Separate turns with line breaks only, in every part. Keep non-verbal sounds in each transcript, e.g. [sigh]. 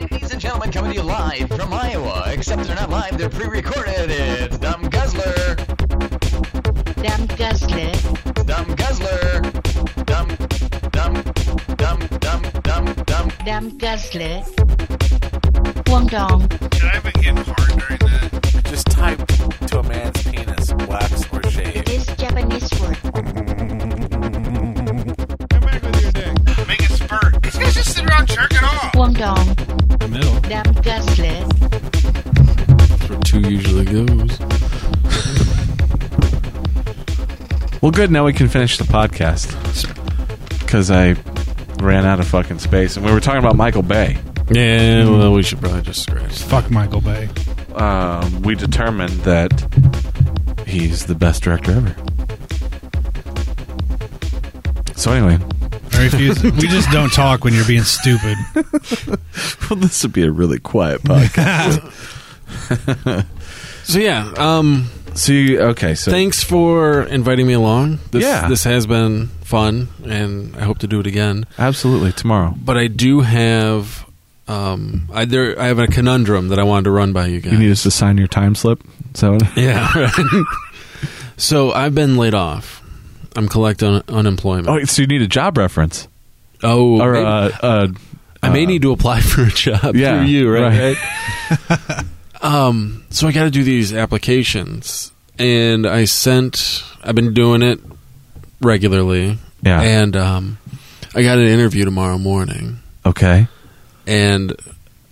Ladies and gentlemen, coming to you live from Iowa. Except they're not live, they're pre-recorded. It's Dumb Guzzler,
Dumb Guzzler.
Dumb Guzzler, Dumb, Dumb, Dumb, Dumb, Dumb, Dumb.
Dumb Guzzler. Wong Dong.
Can I have it getting hard during that?
Just type to a man's penis, wax or shave.
It is Japanese word.
Come back with your dick. Make it spurt. These guys just sit around jerking off.
Wong Dong.
the middle.
Dumb Guzzler.
That's where two usually goes. well, good. Now we can finish the podcast because I ran out of fucking space, and we were talking about Michael Bay.
Yeah, well, we should probably just scratch.
Fuck Michael Bay.
Um, we determined that he's the best director ever. So anyway,
I refuse. we just don't talk when you're being stupid.
[laughs] well, this would be a really quiet podcast.
So yeah, um,
so you, okay, so
thanks for inviting me along. This,
Yeah.
this has been fun, and I hope to do it again.
absolutely tomorrow.
But I do have, um, I there, I have a conundrum that I wanted to run by you guys.
You need us to sign your time slip. So
[laughs] yeah. right. [laughs] so I've been laid off. I'm collecting un- unemployment.
oh, so you need a job reference
Oh,
or
maybe-
uh, uh,
I may
uh,
need to apply [laughs] for a job
Yeah,
through you, right?
right.
Right? um, so I got to do these applications, and I sent. I've been doing it regularly,
Yeah.
and um, I got an interview tomorrow morning,
okay.
and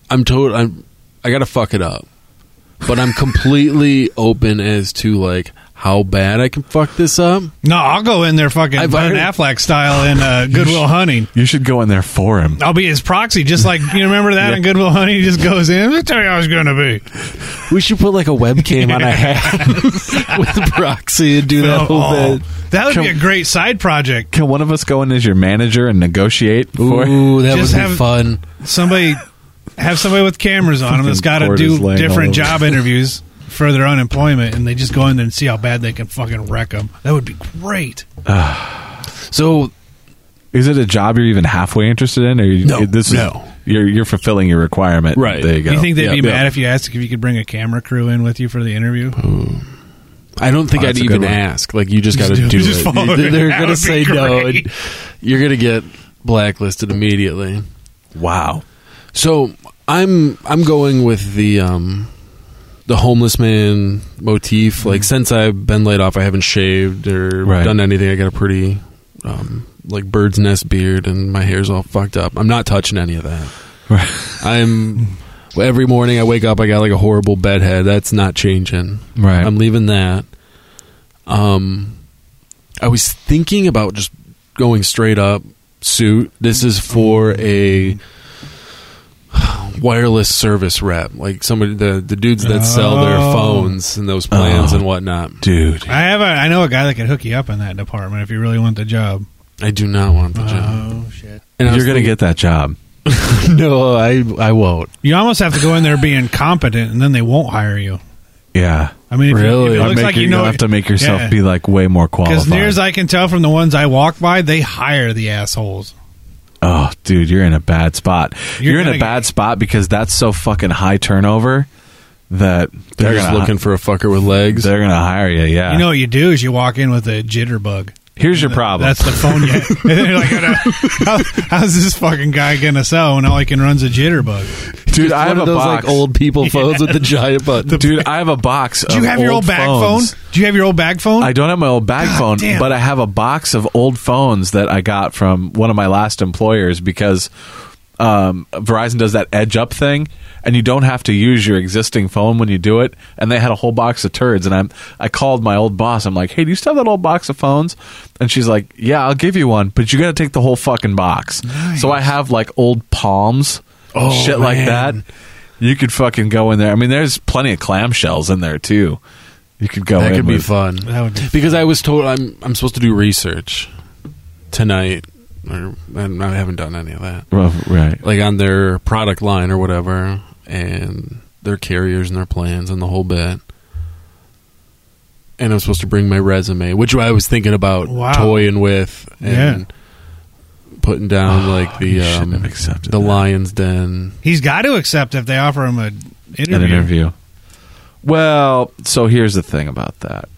I'm told I'm I got to fuck it up, but I'm
[laughs]
completely open as to like how bad I can fuck this up.
No, I'll go in there fucking
I've
Ben
already-
Affleck style in uh, Goodwill Hunting.
You should go in there for him.
I'll be his proxy, just like you remember that in Goodwill Hunting. He just goes in. Let me tell you how it's gonna be.
[laughs] We should put like a webcam
[laughs]
on a hat [laughs] with the proxy and do that
Oh,
whole
oh.
bit.
that would be a
Come-
great side project.
Can one of us go in as your manager and negotiate for?
Ooh, that
Just
was would be
have-
fun.
Somebody have somebody with cameras on them that's
Fucking
got to
cord is
do
laying all over.
different job interviews for their unemployment, and they just go in there and see how bad they can fucking wreck them. That would be great.
So
Is it a job you're even halfway interested in, or you,
No,
this is
no.
you're you're fulfilling your requirement?
Right.
There you go.
[laughs] you think they'd
Yeah,
be
yeah.
mad if you asked if you could bring a camera crew in with you for the interview?
I don't think
Oh,
I'd
that's a good
even
one.
ask. Like you just got to do,
do it. Just
it.
follow
They-
it.
[laughs] They're
That
going to
would
say
be
no.
great.
and You're going to get blacklisted immediately.
wow.
So I'm I'm going with the um the homeless man motif. Like since I've been laid off, I haven't shaved or
Right.
done anything. I got a pretty um, like bird's nest beard, and my hair's all fucked up. I'm not touching any of that.
Right.
I'm every morning I wake up, I got like a horrible bedhead. That's not changing.
Right.
I'm leaving that. Um, I was thinking about just going straight up suit. This is for a wireless service rep, like somebody the the dudes that sell their
Oh.
phones and those plans
Oh.
and whatnot.
Dude.
I have a, I know a guy that could hook you up in that department if you really want the job.
I do not want the job.
Oh shit!
And I was
You're gonna get that job.
thinking, [laughs] no. I I won't.
You almost have to go in there being competent, and then they won't hire you.
Yeah.
I mean, if
Really?
You, if it
I
Or
looks
make
like
your-
you know,
you'll have to make yourself be like way more qualified.
Because near as I can tell from the ones I walk by, they hire the assholes.
Oh, dude, you're in a bad spot. You're,
You're
in a
gonna-
bad spot because that's so fucking high turnover that
They're, just
gonna,
looking for a fucker with legs.
They're gonna hire you. Yeah.
You know what you do is you walk in with a jitterbug.
Here's your problem.
That's the
[laughs]
phone. You have. [laughs] And then you're like, how, how's this fucking guy gonna sell when all he can run's a jitterbug?
dude. I
one
have a
of those
box.
like old people phones with the giant
[laughs]
button.
dude, I have a box.
[laughs] Do you have your old bag phone? Do you have your old bag phone?
I don't have my old bag phone,
damn.
but I have a box of old phones that I got from one of my last employers because um, Verizon does that edge up thing, and you don't have to use your existing phone when you do it. And they had a whole box of turds, and I'm I called my old boss. I'm like, "Hey, do you still have that old box of phones?" And she's like, "Yeah, I'll give you one, but you got to take the whole fucking box." So I have like old palms, shit like that.
Oh, man.
You could fucking go in there. I mean, there's plenty of clamshells in there too. You could go.
that
in
could be
with-
fun.
That would be
because I was told I'm I'm supposed to do research tonight, or and I haven't done any of that.
Well, right.
Like on their product line or whatever, and their carriers and their plans and the whole bit. And I'm supposed to bring my resume, which I was thinking about
Wow.
toying with and
Yeah.
putting down like the
Ah, You shouldn't
um,
have accepted
the
that.
lion's den.
He's got to accept if they offer him an interview.
an interview. Well, so here's the thing about that.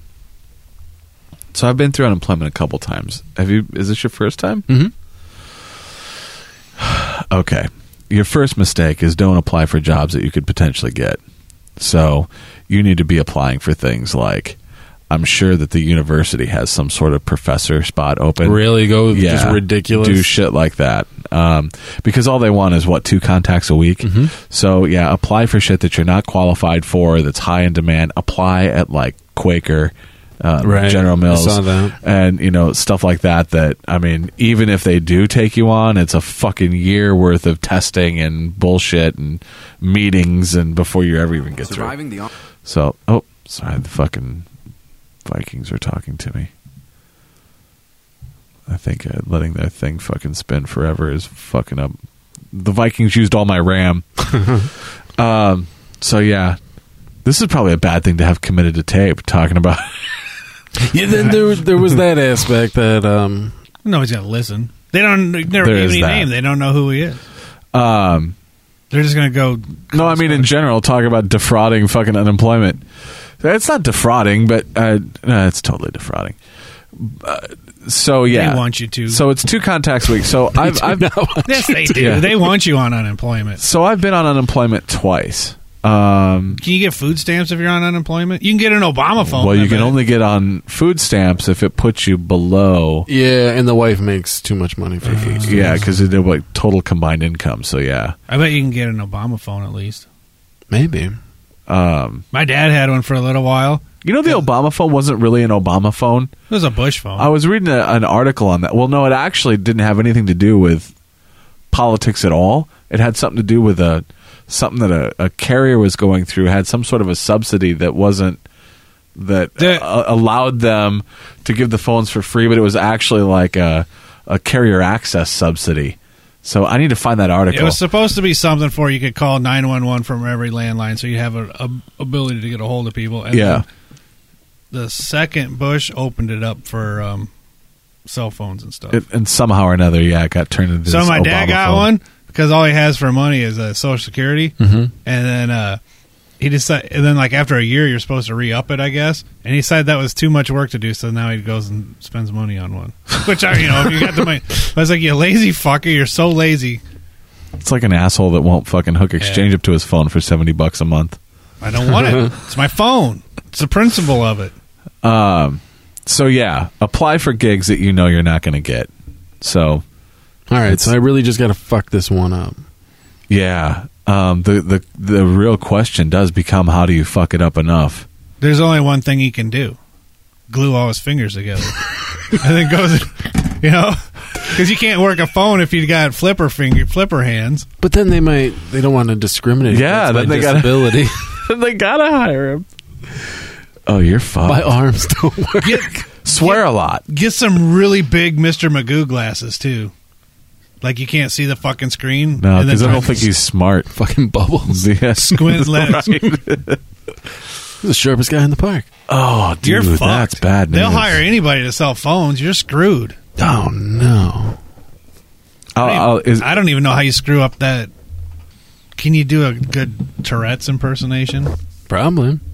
So I've been through unemployment a couple times. Have you? Is this your first time?
Mhm.
okay. Your first mistake is don't apply for jobs that you could potentially get. So you need to be applying for things like I'm sure that the university has some sort of professor spot open.
Really go just ridiculous.
Do shit like that. Um, because all they want is what two contacts a week.
Mm-hmm.
So yeah, apply for shit that you're not qualified for. That's high in demand. Apply at like Quaker, uh,
Right.
General
I
Mills,
saw that.
and you know stuff like that. That I mean, even if they do take you on, it's a fucking year worth of testing and bullshit and meetings and before you ever even get through.
Surviving the on-
So, oh, sorry, the fucking Vikings are talking to me. I think uh, letting their thing fucking spin forever is fucking up. The Vikings used all
[laughs]
my RAM. um, so yeah, this is probably a bad thing to have committed to tape talking about.
[laughs] Yeah, then there there was that aspect that um,
Nobody's going to listen. They don't they never
There
gave
is
any
that.
name. They don't know who he is.
Um,
They're just going to go.
no, I mean in general, talk about defrauding fucking unemployment. It's not defrauding, but uh, no, it's totally defrauding. Uh, so yeah,
want you to.
So it's two contacts a week. So [laughs] I've, I've
[laughs]
[laughs]
Yes, they do.
Yeah.
They want you on unemployment.
So I've been on unemployment twice. Um,
Can you get food stamps if you're on unemployment? You can get an Obama phone.
well,
I
you can
bet.
only get on food stamps if it puts you below.
yeah, and the wife makes too much money for food.
Yeah, because it did like total combined income. So yeah,
I bet you can get an Obama phone at least.
maybe.
um,
My dad had one for a little while.
you know the Obama phone wasn't really an Obama phone.
It was a Bush phone.
I was reading a, an article on that. Well, no, it actually didn't have anything to do with politics at all. It had something to do with a something that a, a carrier was going through had some sort of a subsidy that wasn't that
That-
uh, allowed them to give the phones for free, but it was actually like a a carrier access subsidy. So I need to find that article.
It was supposed to be something for you could call 911 from every landline so you have a, a ability to get a hold of people. And
yeah,
The, the second Bush opened it up for um, cell phones and stuff.
it, and somehow or another, yeah, it got turned into.
so
this
my dad
Obama
got
phone.
one because all he has for money is uh, Social Security.
Mm-hmm.
And then uh, he decided, and then like after a year, you're supposed to re up it, I guess. And he decided that was too much work to do. So now he goes and spends money on one. [laughs] Which, I, you know, if you got the money. I was like, you lazy fucker. You're so lazy.
It's like an asshole that won't fucking hook exchange up to his phone for seventy bucks a month.
I don't
[laughs]
want it. It's my phone. It's the principle of it.
Um, So yeah, apply for gigs that you know you're not going to get. So
All right, so I really just got to fuck this one up.
yeah, um, the the the real question does become how do you fuck it up enough?
There's only one thing he can do: glue all his fingers together, [laughs] and then goes, you know, because you can't work a phone if you got flipper finger,
[laughs]
flipper hands.
But then they might they don't want to discriminate.
Yeah,
against
then
my
they gotta-
disability.
[laughs] [laughs]
[laughs]
they gotta hire him. Oh, you're fucked.
my arms don't work.
Get
Swear a lot.
get some really big Mr. Magoo glasses too, like you can't see the fucking screen.
No,
and then
because I
try
don't
to
think he's smart. [laughs]
Fucking bubbles.
Yeah. [laughs]
squint lens.
He's the sharpest guy in the park.
Oh, dude,
You're fucked.
that's bad news.
They'll hire anybody to sell phones. You're screwed.
Oh no.
I'll, I'll, Uh, is,
I don't even know how you screw up that. Can you do a good Tourette's impersonation?
Problem. [laughs]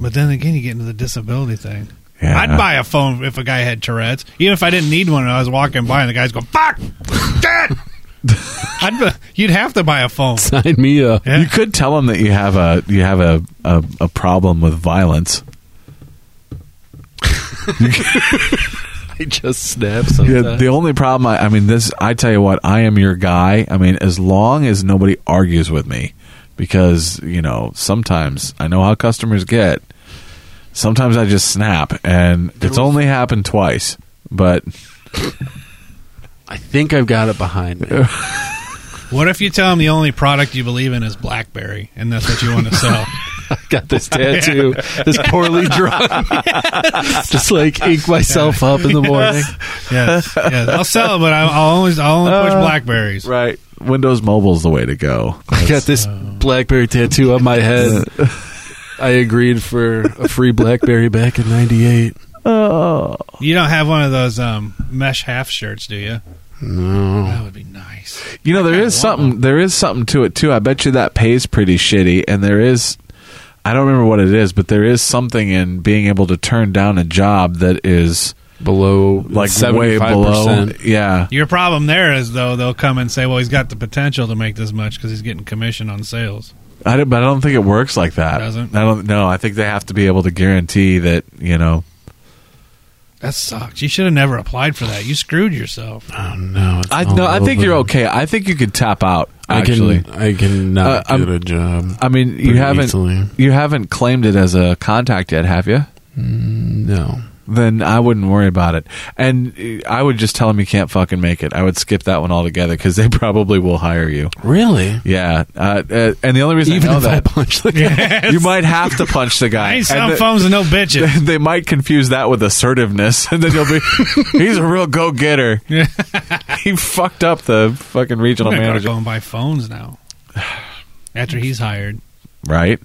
But then again, you get into the disability thing.
Yeah.
I'd buy a phone if a guy had Tourette's, even if I didn't need one. And I was walking by, and the guy's going, "Fuck,
[laughs]
dad." I'd bu- you'd have to buy a phone.
Sign me
[laughs]
up.
Yeah.
You could tell him that you have a you have a a, a problem with violence.
I just snap sometimes.
The, the only problem, I, I mean, this, I tell you what, I am your guy. I mean, as long as nobody argues with me, because, you know, sometimes I know how customers get. Sometimes I just snap, and it's only happened twice. But
I think I've got it behind
[laughs]
me.
What if you tell him the only product you believe in is BlackBerry, and that's what you want to sell?
got this tattoo. This poorly
[laughs]
drawn. [laughs] just like ink myself up in the morning.
yes, yes. I'll sell it, but I'll, I'll always I'll only push Blackberries.
right, Windows Mobile's the way to go.
I got this blackberry tattoo on my [laughs] head. I agreed for a free blackberry back in 98.
You don't have one of those um, mesh half shirts, do you?
No.
That would be nice.
You know, there
kinda
is
want
something. There is something to it too. I bet you that pays pretty shitty, and there is. I don't remember what it is, but there is something in being able to turn down a job that is
Below Oh,
like
75%.
way below. Yeah,
Your problem there is though they'll come and say, "Well, he's got the potential to make this much because he's getting commission on sales."
I don't, but I don't think it works like that.
Doesn't?
I don't. No, I think they have to be able to guarantee that you know.
That sucks. You should have never applied for that. You screwed yourself.
Oh, no. it's
I
all
no. I think
over.
you're okay. I think you could tap out.
I
Actually,
can. I cannot
Uh, I'm-
get a job.
I mean, you
pretty
haven't
easily.
you haven't claimed it as a contact yet, have you?
No.
Then I wouldn't worry about it, and uh, I would just tell them you can't fucking make it. I would skip that one altogether because they [laughs] probably will hire you.
Really?
Yeah, uh, uh, and the only reason
Even
I know
if I
that
punch the guy. [laughs]
you might have to punch the guy.
I ain't
And
some
the-
phones and
[laughs]
no bitches.
they might confuse that with assertiveness, [laughs] and then you'll be, he's a real go getter. [laughs] he fucked up the fucking regional
I'm gonna
manager,
go and buy phones now. [sighs] After he's hired,
right?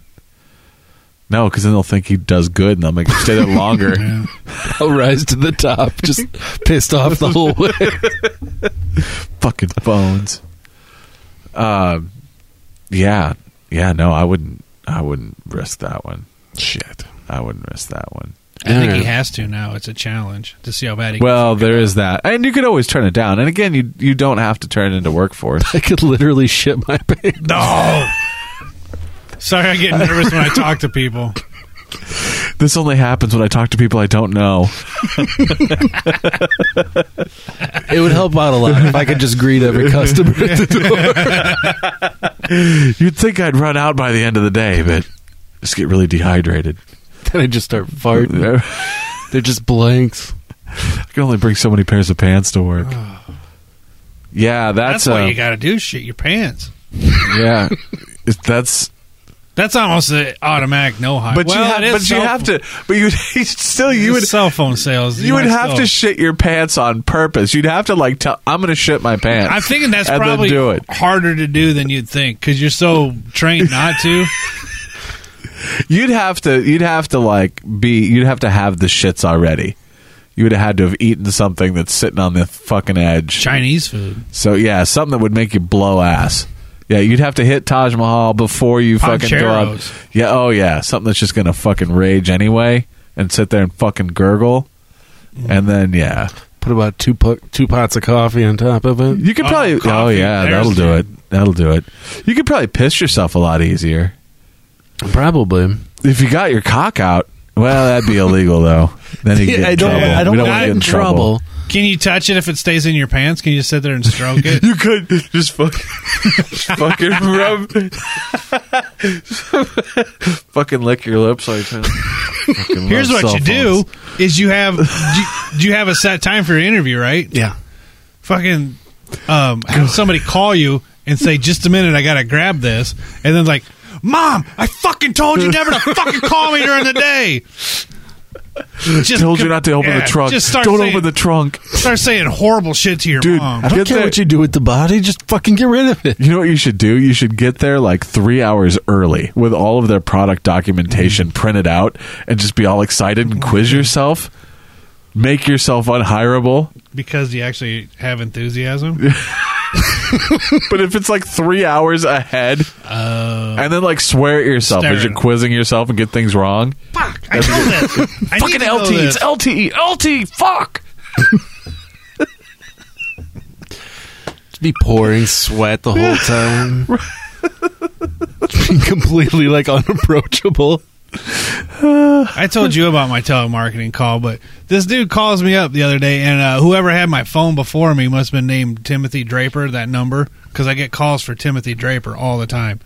No, because then they'll think he does good, and they'll make him stay there longer.
[laughs]
I'll rise to the top. Just pissed off the whole way.
Fucking phones. Um, yeah, yeah. No, I wouldn't. I wouldn't risk that one.
Shit.
I wouldn't risk that one.
I think he
Yeah.
has to now. It's a challenge to see how bad he.
Well, there is that, and you could always turn it down. And again, you you don't have to turn it into workforce. [laughs]
I could literally shit my pants.
no. Sorry, I get
[laughs]
nervous when I talk to people.
This only happens when I talk to people I don't know.
It would help out a lot if I could just greet [laughs] every customer.
You'd think I'd run out by the end of the day, but just get really dehydrated.
then I just start farting.
I
They're just blanks.
can only bring so many pairs of pants to work. [sighs] Yeah, that's,
That's, why
uh,
you got to do. Shit your pants.
yeah. [laughs] It's- That's
That's almost an automatic no hire.
but
well,
you have
it is
but you
cell
have
phone-
to but [laughs] you still you would
cell phone sales.
you would
might
have
still-
to shit your pants on purpose. You'd have to like tell I'm going to shit my pants.
I'm thinking that's
and then
probably
do it.
harder to do than you'd think because you're so trained not
[laughs]
to.
You'd have to you'd have to like be you'd have to have the shits already. You would have had to have eaten something that's sitting on the fucking edge.
Chinese food.
So yeah, something that would make you blow ass. Yeah, you'd have to hit Taj Mahal before you fucking go up.
Poncheros.
Yeah, oh yeah, something that's just gonna fucking rage anyway, and sit there and fucking gurgle, and then yeah,
Put about two po- two pots of coffee on top of it.
[laughs] you could
Oh,
probably. Oh,
coffee.
yeah,
There's
that'll do
the-
it. That'll do it. You could probably piss yourself a lot easier
Probably.
if you got your cock out. Well, that'd be illegal though. Then
[laughs]
you get in
I don't.
trouble.
I
We
don't,
wanna
want
get
in trouble.
Can you touch it if it stays in your pants? Can you sit there and stroke it?
You could just fuck, just fucking rub, [laughs] fucking lick your lips like that. Fucking love
Here's what
cell
you do: is
[laughs]
you have do you, do you have a set time for your interview, right?
Yeah.
Fucking um, have somebody call you and say, "Just a minute, I gotta grab this," and then like, "Mom, I fucking told you never to fucking call me during the day." Just
phones. Told you not to open
yeah,
the trunk.
Just start
don't
saying,
open the trunk,
start saying horrible shit to your
dude.
mom.
I don't
Get
care
there.
what you do with the body. Just fucking get rid of it.
You know what you should do? You should get there like three hours early with all of their product
Mm.
documentation printed out, and just be all excited and quiz
Mm-hmm.
yourself. Make yourself unhirable.
because you actually have enthusiasm.
But if it's like three hours ahead,
Oh.
and then like swear at yourself
Stare
as
at
you're
it.
quizzing yourself and get things wrong.
Fuck, I know this. I need
Fucking
to know
LT,
this.
it's LTE, LT, fuck.
Just be pouring sweat the
[laughs]
whole time. Be completely like unapproachable.
I told you about my telemarketing call, but this dude calls me up the other day, and uh, whoever had my phone before me must have been named Timothy Draper, that number, because I get calls for Timothy Draper all the time.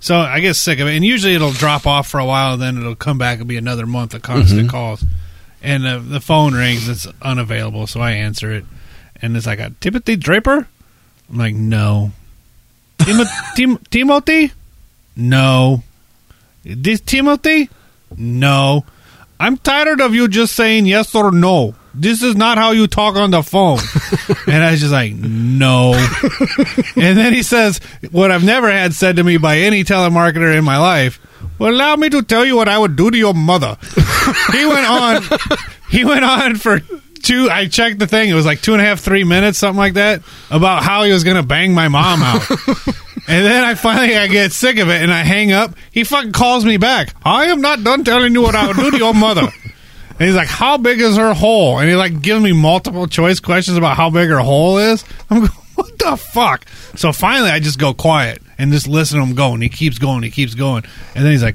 So I get sick of it, and usually it'll drop off for a while, and then it'll come back and be another month of constant calls. And uh, the phone rings, it's unavailable, so I answer it, and it's like, a Timothy Draper? I'm like, no. Timo- [laughs] Tim- Timothy? No. This Timothy? No. I'm tired of you just saying yes or no. This is not how you talk on the phone. and I was just like, no. and then he says what I've never had said to me by any telemarketer in my life. Well, allow me to tell you what I would do to your mother. he went on. He went on for two. I checked the thing. It was like two and a half, three minutes, something like that, about how he was gonna bang my mom out. and then I finally I get sick of it and I hang up. He fucking calls me back. I am not done telling you what I would do to your mother. And he's like, "How big is her hole?" And he like gives me multiple choice questions about how big her hole is. I'm going, [laughs] "What the fuck?" So finally, I just go quiet and just listen to him go. And he keeps going. He keeps going. And then he's like,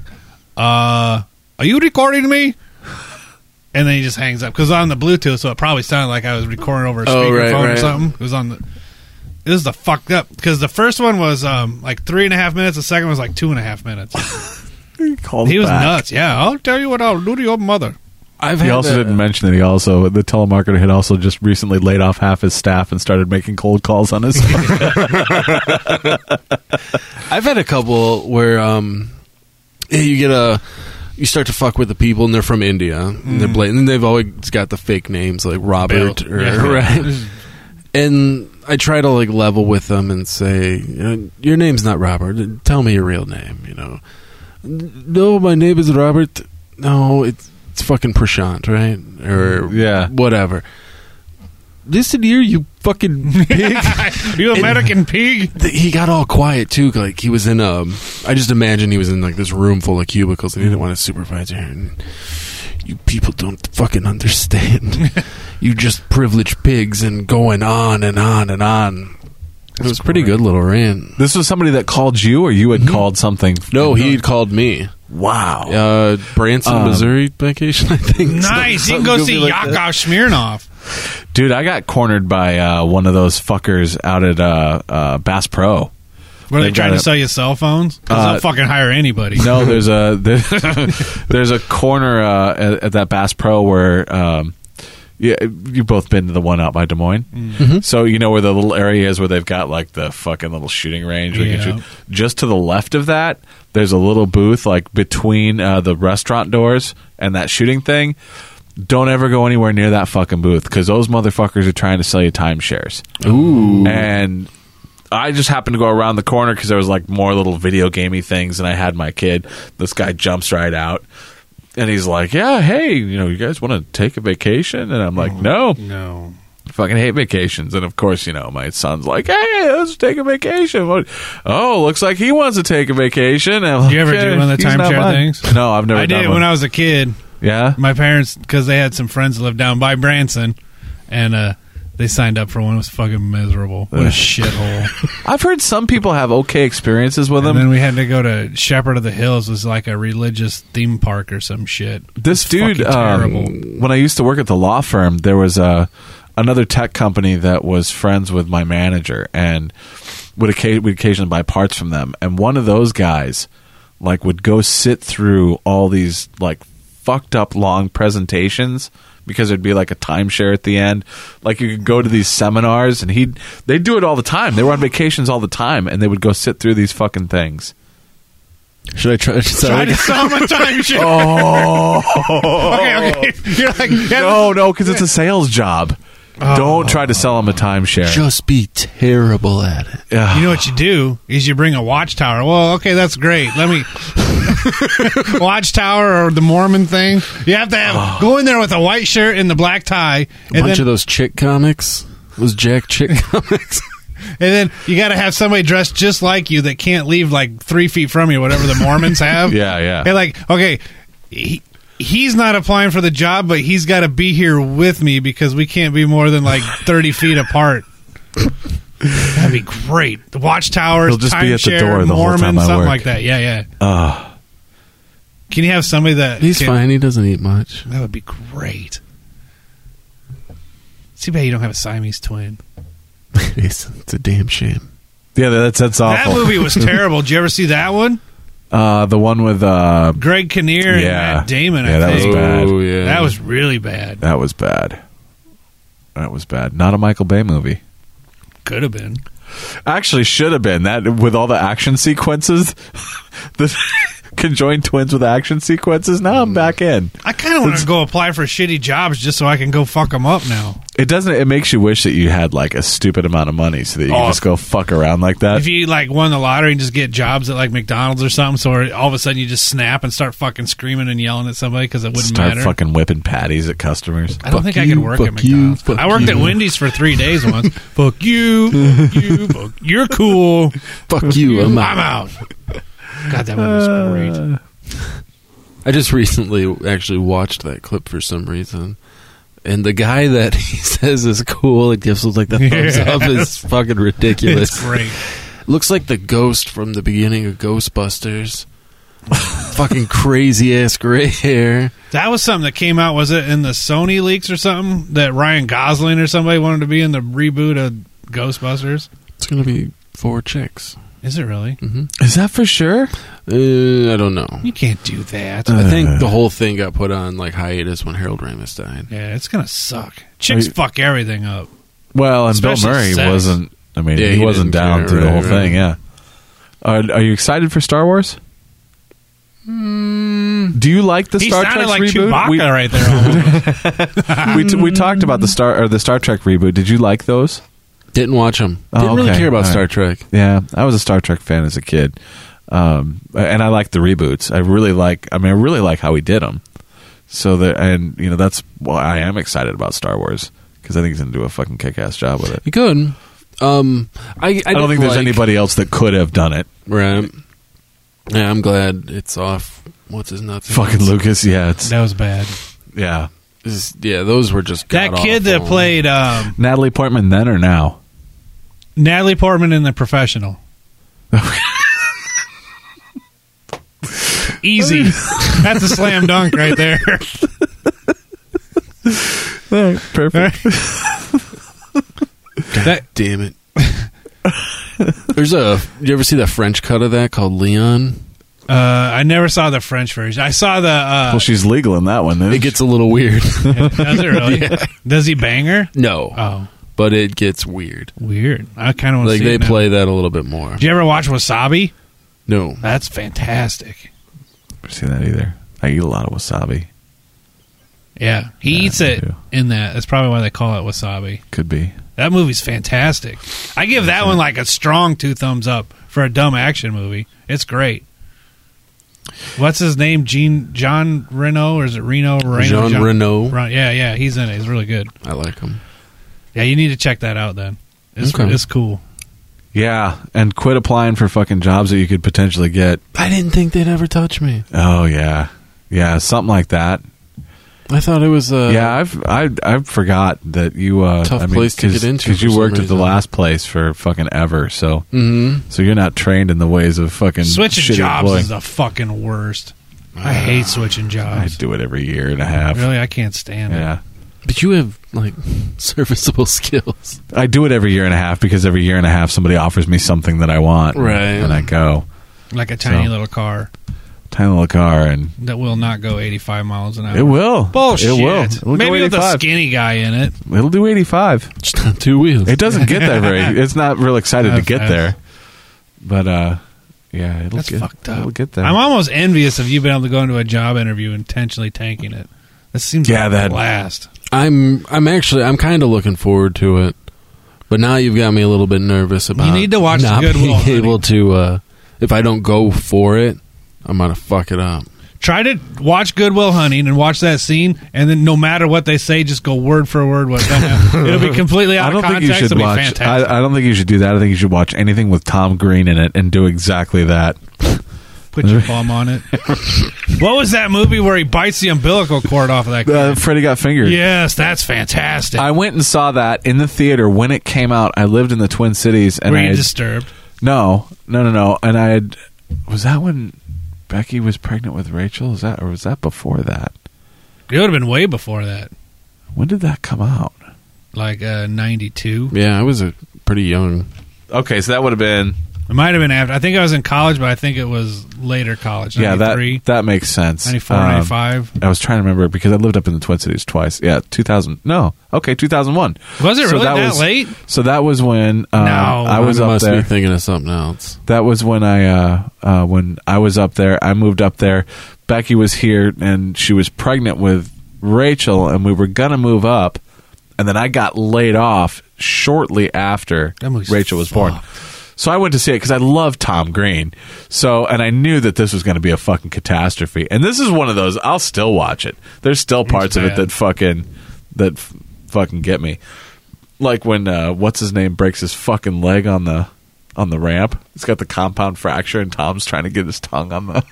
"Uh, are you recording me?" And then he just hangs up because on the Bluetooth, so it probably sounded like I was recording over a
Oh,
speakerphone
right,
or
right.
something. It was on the. It was the fucked up because the first one was um like three and a half minutes. The second was like two and a half minutes.
Called
He was
back.
nuts. Yeah, I'll tell you what I'll do to your mother.
I've
He
had
also
that-
didn't mention that he also the telemarketer had also just recently laid off half his staff and started making cold calls on
[laughs]
his.
I've had a couple where um, eh, you get a you start to fuck with the people and they're from India. And they're blatant. And they've always got the fake names like Robert
Mm. Bill.
or [laughs]
Yeah.
right. And I try to like level with them and say, you know, your name's not Robert. Tell me your real name. You know, no, my name is Robert. No, it's it's fucking Prashant, right? Or
Yeah.
whatever. Listen here, you fucking pig.
[laughs] you American pig.
th- he got all quiet too. Like he was in um, I just imagine he was in like this room full of cubicles, and he didn't want a supervisor. And you people don't fucking
[laughs]
understand. you just privileged pigs, and going on and on and on. it was pretty good little rant.
this was somebody that called you, or you had called something.
Mm-hmm. No, he called me.
Wow.
Uh, Branson,
Um,
Missouri vacation. [laughs] I think
Nice. You can go see Yakov Smirnov.
Dude, I got cornered by uh, one of those fuckers out at uh, uh, Bass Pro.
What are they,
They
trying
got
to
it.
sell you cell phones? 'Cause
Uh,
they'll fucking hire anybody.
No, there's a [laughs] there's a corner uh, at, at that Bass Pro where um, yeah, you've both been to the one out by Des Moines. So you know where the little area is where they've got like the fucking little shooting range. where you can
Yeah.
shoot. Just to the left of that, there's a little booth like between uh, the restaurant doors and that shooting thing. Don't ever go anywhere near that fucking booth because those motherfuckers are trying to sell you timeshares. Ooh, and I just happened to go around the corner because there was like more little video gamey things, and I had my kid. This guy jumps right out, and he's like, "Yeah, hey, you know, you guys want to take a vacation?" And I'm like,
Oh.
"No,
No.
I fucking hate vacations." And of course, you know, my son's like, "Hey, let's take a vacation." What? Oh, looks like he wants to take a vacation. And I'm like,
you ever do
"Yeah,
one of
he's
the
not
timeshare
mine."
things?
No, I've never.
I
done
did
one.
when I was a kid.
yeah.
My parents, because they had some friends that lived down by Branson, and uh, they signed up for one. It was fucking miserable. What a
Ugh. [laughs]
shithole.
I've heard some people have okay experiences with
and
them.
then we had to go to Shepherd of the Hills. was like a religious theme park or some shit.
this dude
fucking terrible.
um, when i used to work at the law firm there was a another tech company that was friends with my manager and would occa- would occasionally buy parts from them and one of those guys like would go sit through all these like fucked up long presentations because there'd be like a timeshare at the end like you could go to these seminars and he'd they'd do it all the time they were on vacations all the time and they would go sit through these fucking things
Should I try? [laughs]
Try
Sorry.
to sell my
[laughs]
timeshare. oh. okay, [laughs] okay. You're like, yeah,
[laughs] No, no, because it's a sales job. Don't try to sell them a timeshare.
Just be terrible at it.
Ugh.
You know what you do is you bring a watchtower. Well, okay, that's great. Let me [laughs] watchtower or the Mormon thing. You have to have go in there with a white shirt and the black tie,
Oh. A
and
bunch of
then,
those chick comics. Those Jack
[laughs]
chick comics.
and then you got to have somebody dressed just like you that can't leave like three feet from you, whatever the Mormons
[laughs]
have.
Yeah, yeah.
They're like, okay, he, he's not applying for the job, but he's got to be here with me because we can't be more
[laughs]
than like thirty feet apart. That'd be great. The watchtower,
He'll just be at the
timeshare,
door the whole
Mormon,
time I
something
work. Ah.
like that. Yeah, yeah. Can you have somebody that
He's
can-
fine. He doesn't eat much.
That would be great. It's too bad you don't have a Siamese twin.
it's, [laughs] it's a damn shame.
yeah, that's that's
That
awful. [laughs]
movie was terrible. Did you ever see that one?
uh, the one with uh,
Greg Kinnear and
Yeah.
Matt Damon.
Yeah,
I
that was
think.
bad.
Oh, yeah.
That was really bad.
that was bad. That was bad. Not a Michael Bay movie.
Could have been.
Actually, should have been that with all the action sequences. [laughs] the conjoined twins with action
Mm.
sequences. Now I'm back in.
I kind of want to go apply for shitty jobs just so I can go fuck them up now.
It doesn't. It makes you wish that you had like a stupid amount of money so that you
Oh.
can just go fuck around like
Uh,
that.
If you like won the lottery and just get jobs at like McDonald's or something, so all of a sudden you just snap and start fucking screaming and yelling at somebody because it wouldn't
Start
matter.
fucking whippking patties at customers.
I don't
Fuck
think I could
you,
work at
fuck you,
McDonald's.
fuck
I worked at
you.
Wendy's for three days once.
[laughs]
fuck you, fuck you, fuck you're cool.
Fuck you, [laughs] I'm out.
I'm out. God, that one was great.
Uh, I just recently actually watched that clip for some reason. And the guy that [laughs] he says is cool and gives us like the thumbs
Yeah.
up is fucking
It's
ridiculous.
[laughs] great.
Looks like the ghost from the beginning of Ghostbusters. fucking crazy ass gray hair.
That was something that came out. Was it in the Sony leaks or something that Ryan Gosling or somebody wanted to be in the reboot of Ghostbusters?
It's gonna be four chicks.
Is it really?
Is that for sure?
Mm-hmm. Uh, I don't know.
You can't do that.
I think the whole thing got put on like hiatus when Harold Ramis died.
yeah, it's gonna suck. Chicks
Are you-
fuck everything up.
Well, and
Especially
Bill Murray
sex.
wasn't. I mean,
Yeah,
he,
he
wasn't
didn't
down
care,
through the whole
right, right.
thing. Yeah. Are, are you excited for Star Wars? Do you like the
He
Star
sounded
Trek
like
reboot?
Chewbacca
We-
right there.
[laughs]
almost.
we, t- we talked about the Star or the Star Trek reboot. Did you like those?
Didn't watch him.
Oh,
Didn't really
okay.
care about
All
Star
right.
Trek.
Yeah, I was a Star Trek fan as a kid, um, and I liked the reboots. I really like. I mean, I really like how he did them. So that, and you know, that's why I am excited about Star Wars because I think he's going to do a fucking kick-ass job with it.
You could. Um, I, I,
I don't
didn't
think there's
like-
anybody else that could have done it.
Right. Yeah, I'm glad it's off. What's his nuts?
Fucking Lucas, yeah, it's
that was bad.
yeah.
This- Yeah, those were just
That
god-awful.
kid that played um,
Natalie Portman then or now?
Natalie Portman in
[laughs]
The Professional.
[laughs]
Easy. That's a slam dunk right there. [laughs] Uh,
Perfect.
That,
Damn
[laughs]
it. There's a. You ever see the French cut of that called Leon?
uh, I never saw the French version. I saw the. Uh,
[laughs]
Well, she's legal in that one. Then
It gets a little weird.
[laughs]
does it really? Does he bang her?
no,
Uh,
Oh,
but it gets weird.
weird. I kind of want to
Like
see
they
it now.
play that a little bit more.
Did you ever watch Wasabi?
No,
That's fantastic.
Never seen that either. I eat a lot of wasabi.
Yeah, he
Yeah,
eats
I
it
do.
in that. That's probably why they call it Wasabi.
Could be.
That movie's fantastic. I give that one like a strong two thumbs up for a dumb action movie. It's great. What's his name? Gene John Reno or is it Reno? Reno
Jean Reno.
Ren- yeah, yeah, he's in it. He's really good.
I like him.
Yeah, you need to check that out then. It's
Okay.
it's cool.
Yeah, and quit applying for fucking jobs that you could potentially get.
I didn't think they'd ever touch me.
Oh yeah, yeah, something like that.
I thought it was. Uh,
yeah, I've I I forgot that you uh,
Tough
I
place to get into
because
for
you
some
worked at the
reason.
last place for fucking ever. So
Mhm.
so you're not trained in the ways of fucking
Switching
shitty
jobs
employing.
is the fucking worst. I hate switching
I
jobs.
do it every year and a half.
Really, I can't stand it.
Yeah,
But you have like [laughs] serviceable skills.
I do it every year and a half because every year and a half somebody offers me something that I want,
Right.
And I go
Like a tiny
So-
little car
tiny little car and
that will not go 85 miles an hour.
it will
Bullshit.
It will. It'll
Maybe
go
with a
85.
skinny guy in it.
It'll do eighty five.
Just on two wheels.
It doesn't get there
[laughs]
very. It's not real excited to
That's-
get
that's-
there, but uh, yeah, it'll
That's
get
fucked up.
It'll get there.
I'm almost envious of you being able to go into a job interview intentionally tanking it. That seems
Yeah,
like
that-
a blast.
I'm I'm actually I'm kind of looking forward to it, but now you've got me a little bit nervous about.
need to watch
not
the Good
being
Will Hunting.
able to. Uh, if I don't go for it, I'm gonna fuck it up.
Try to watch Goodwill Hunting and watch that scene, and then no matter what they say, just go word for word what
[laughs]
them. It'll be completely
I
out
don't
of
think
context.
you should
It'll be
watch.
fantastic.
I, I don't think you should do that. I think you should watch anything with Tom Green in it and do exactly that. [laughs]
Put your bum on it. what was that movie where he bites the umbilical cord off of that? Guy?
Uh, Freddie got fingered.
yes, that's fantastic.
I went and saw that in the theater when it came out. I lived in the Twin Cities, and
Were
I
you
had-
disturbed?
no, no, no, no. And I had was that when Becky was pregnant with Rachel? Is that or was that before that?
It would have been way before that,
When did that come out?
like uh, '92.
Yeah, I was a pretty young.
Okay, so that would have been
It might have been after. I think I was in college, but I think it was later college.
yeah.
93,
That that makes sense.
94,
Um,
95.
I was trying to remember because I lived up in the Twin Cities twice. Yeah, 2000. No, okay, 2001.
Was it
So
really
that
that,
was-
late?
So that was when uh,
No.
I was
I
up
must
there.
be thinking of something else. [laughs]
that was when I uh, uh, when I was up there. I moved up there. Becky was here and she was pregnant with Rachel, and we were gonna move up. and then I got laid off shortly after
That movie's
Rachel was born. So I went to see it because I love Tom Green. So, and I knew that this was going to be a fucking catastrophe. And this is one of those I'll still watch it. There's still parts of it
bad.
that fucking that f- fucking get me. Like when uh, what's his name breaks his fucking leg on the on the ramp. It's got the compound fracture, and Tom's trying to get his tongue on the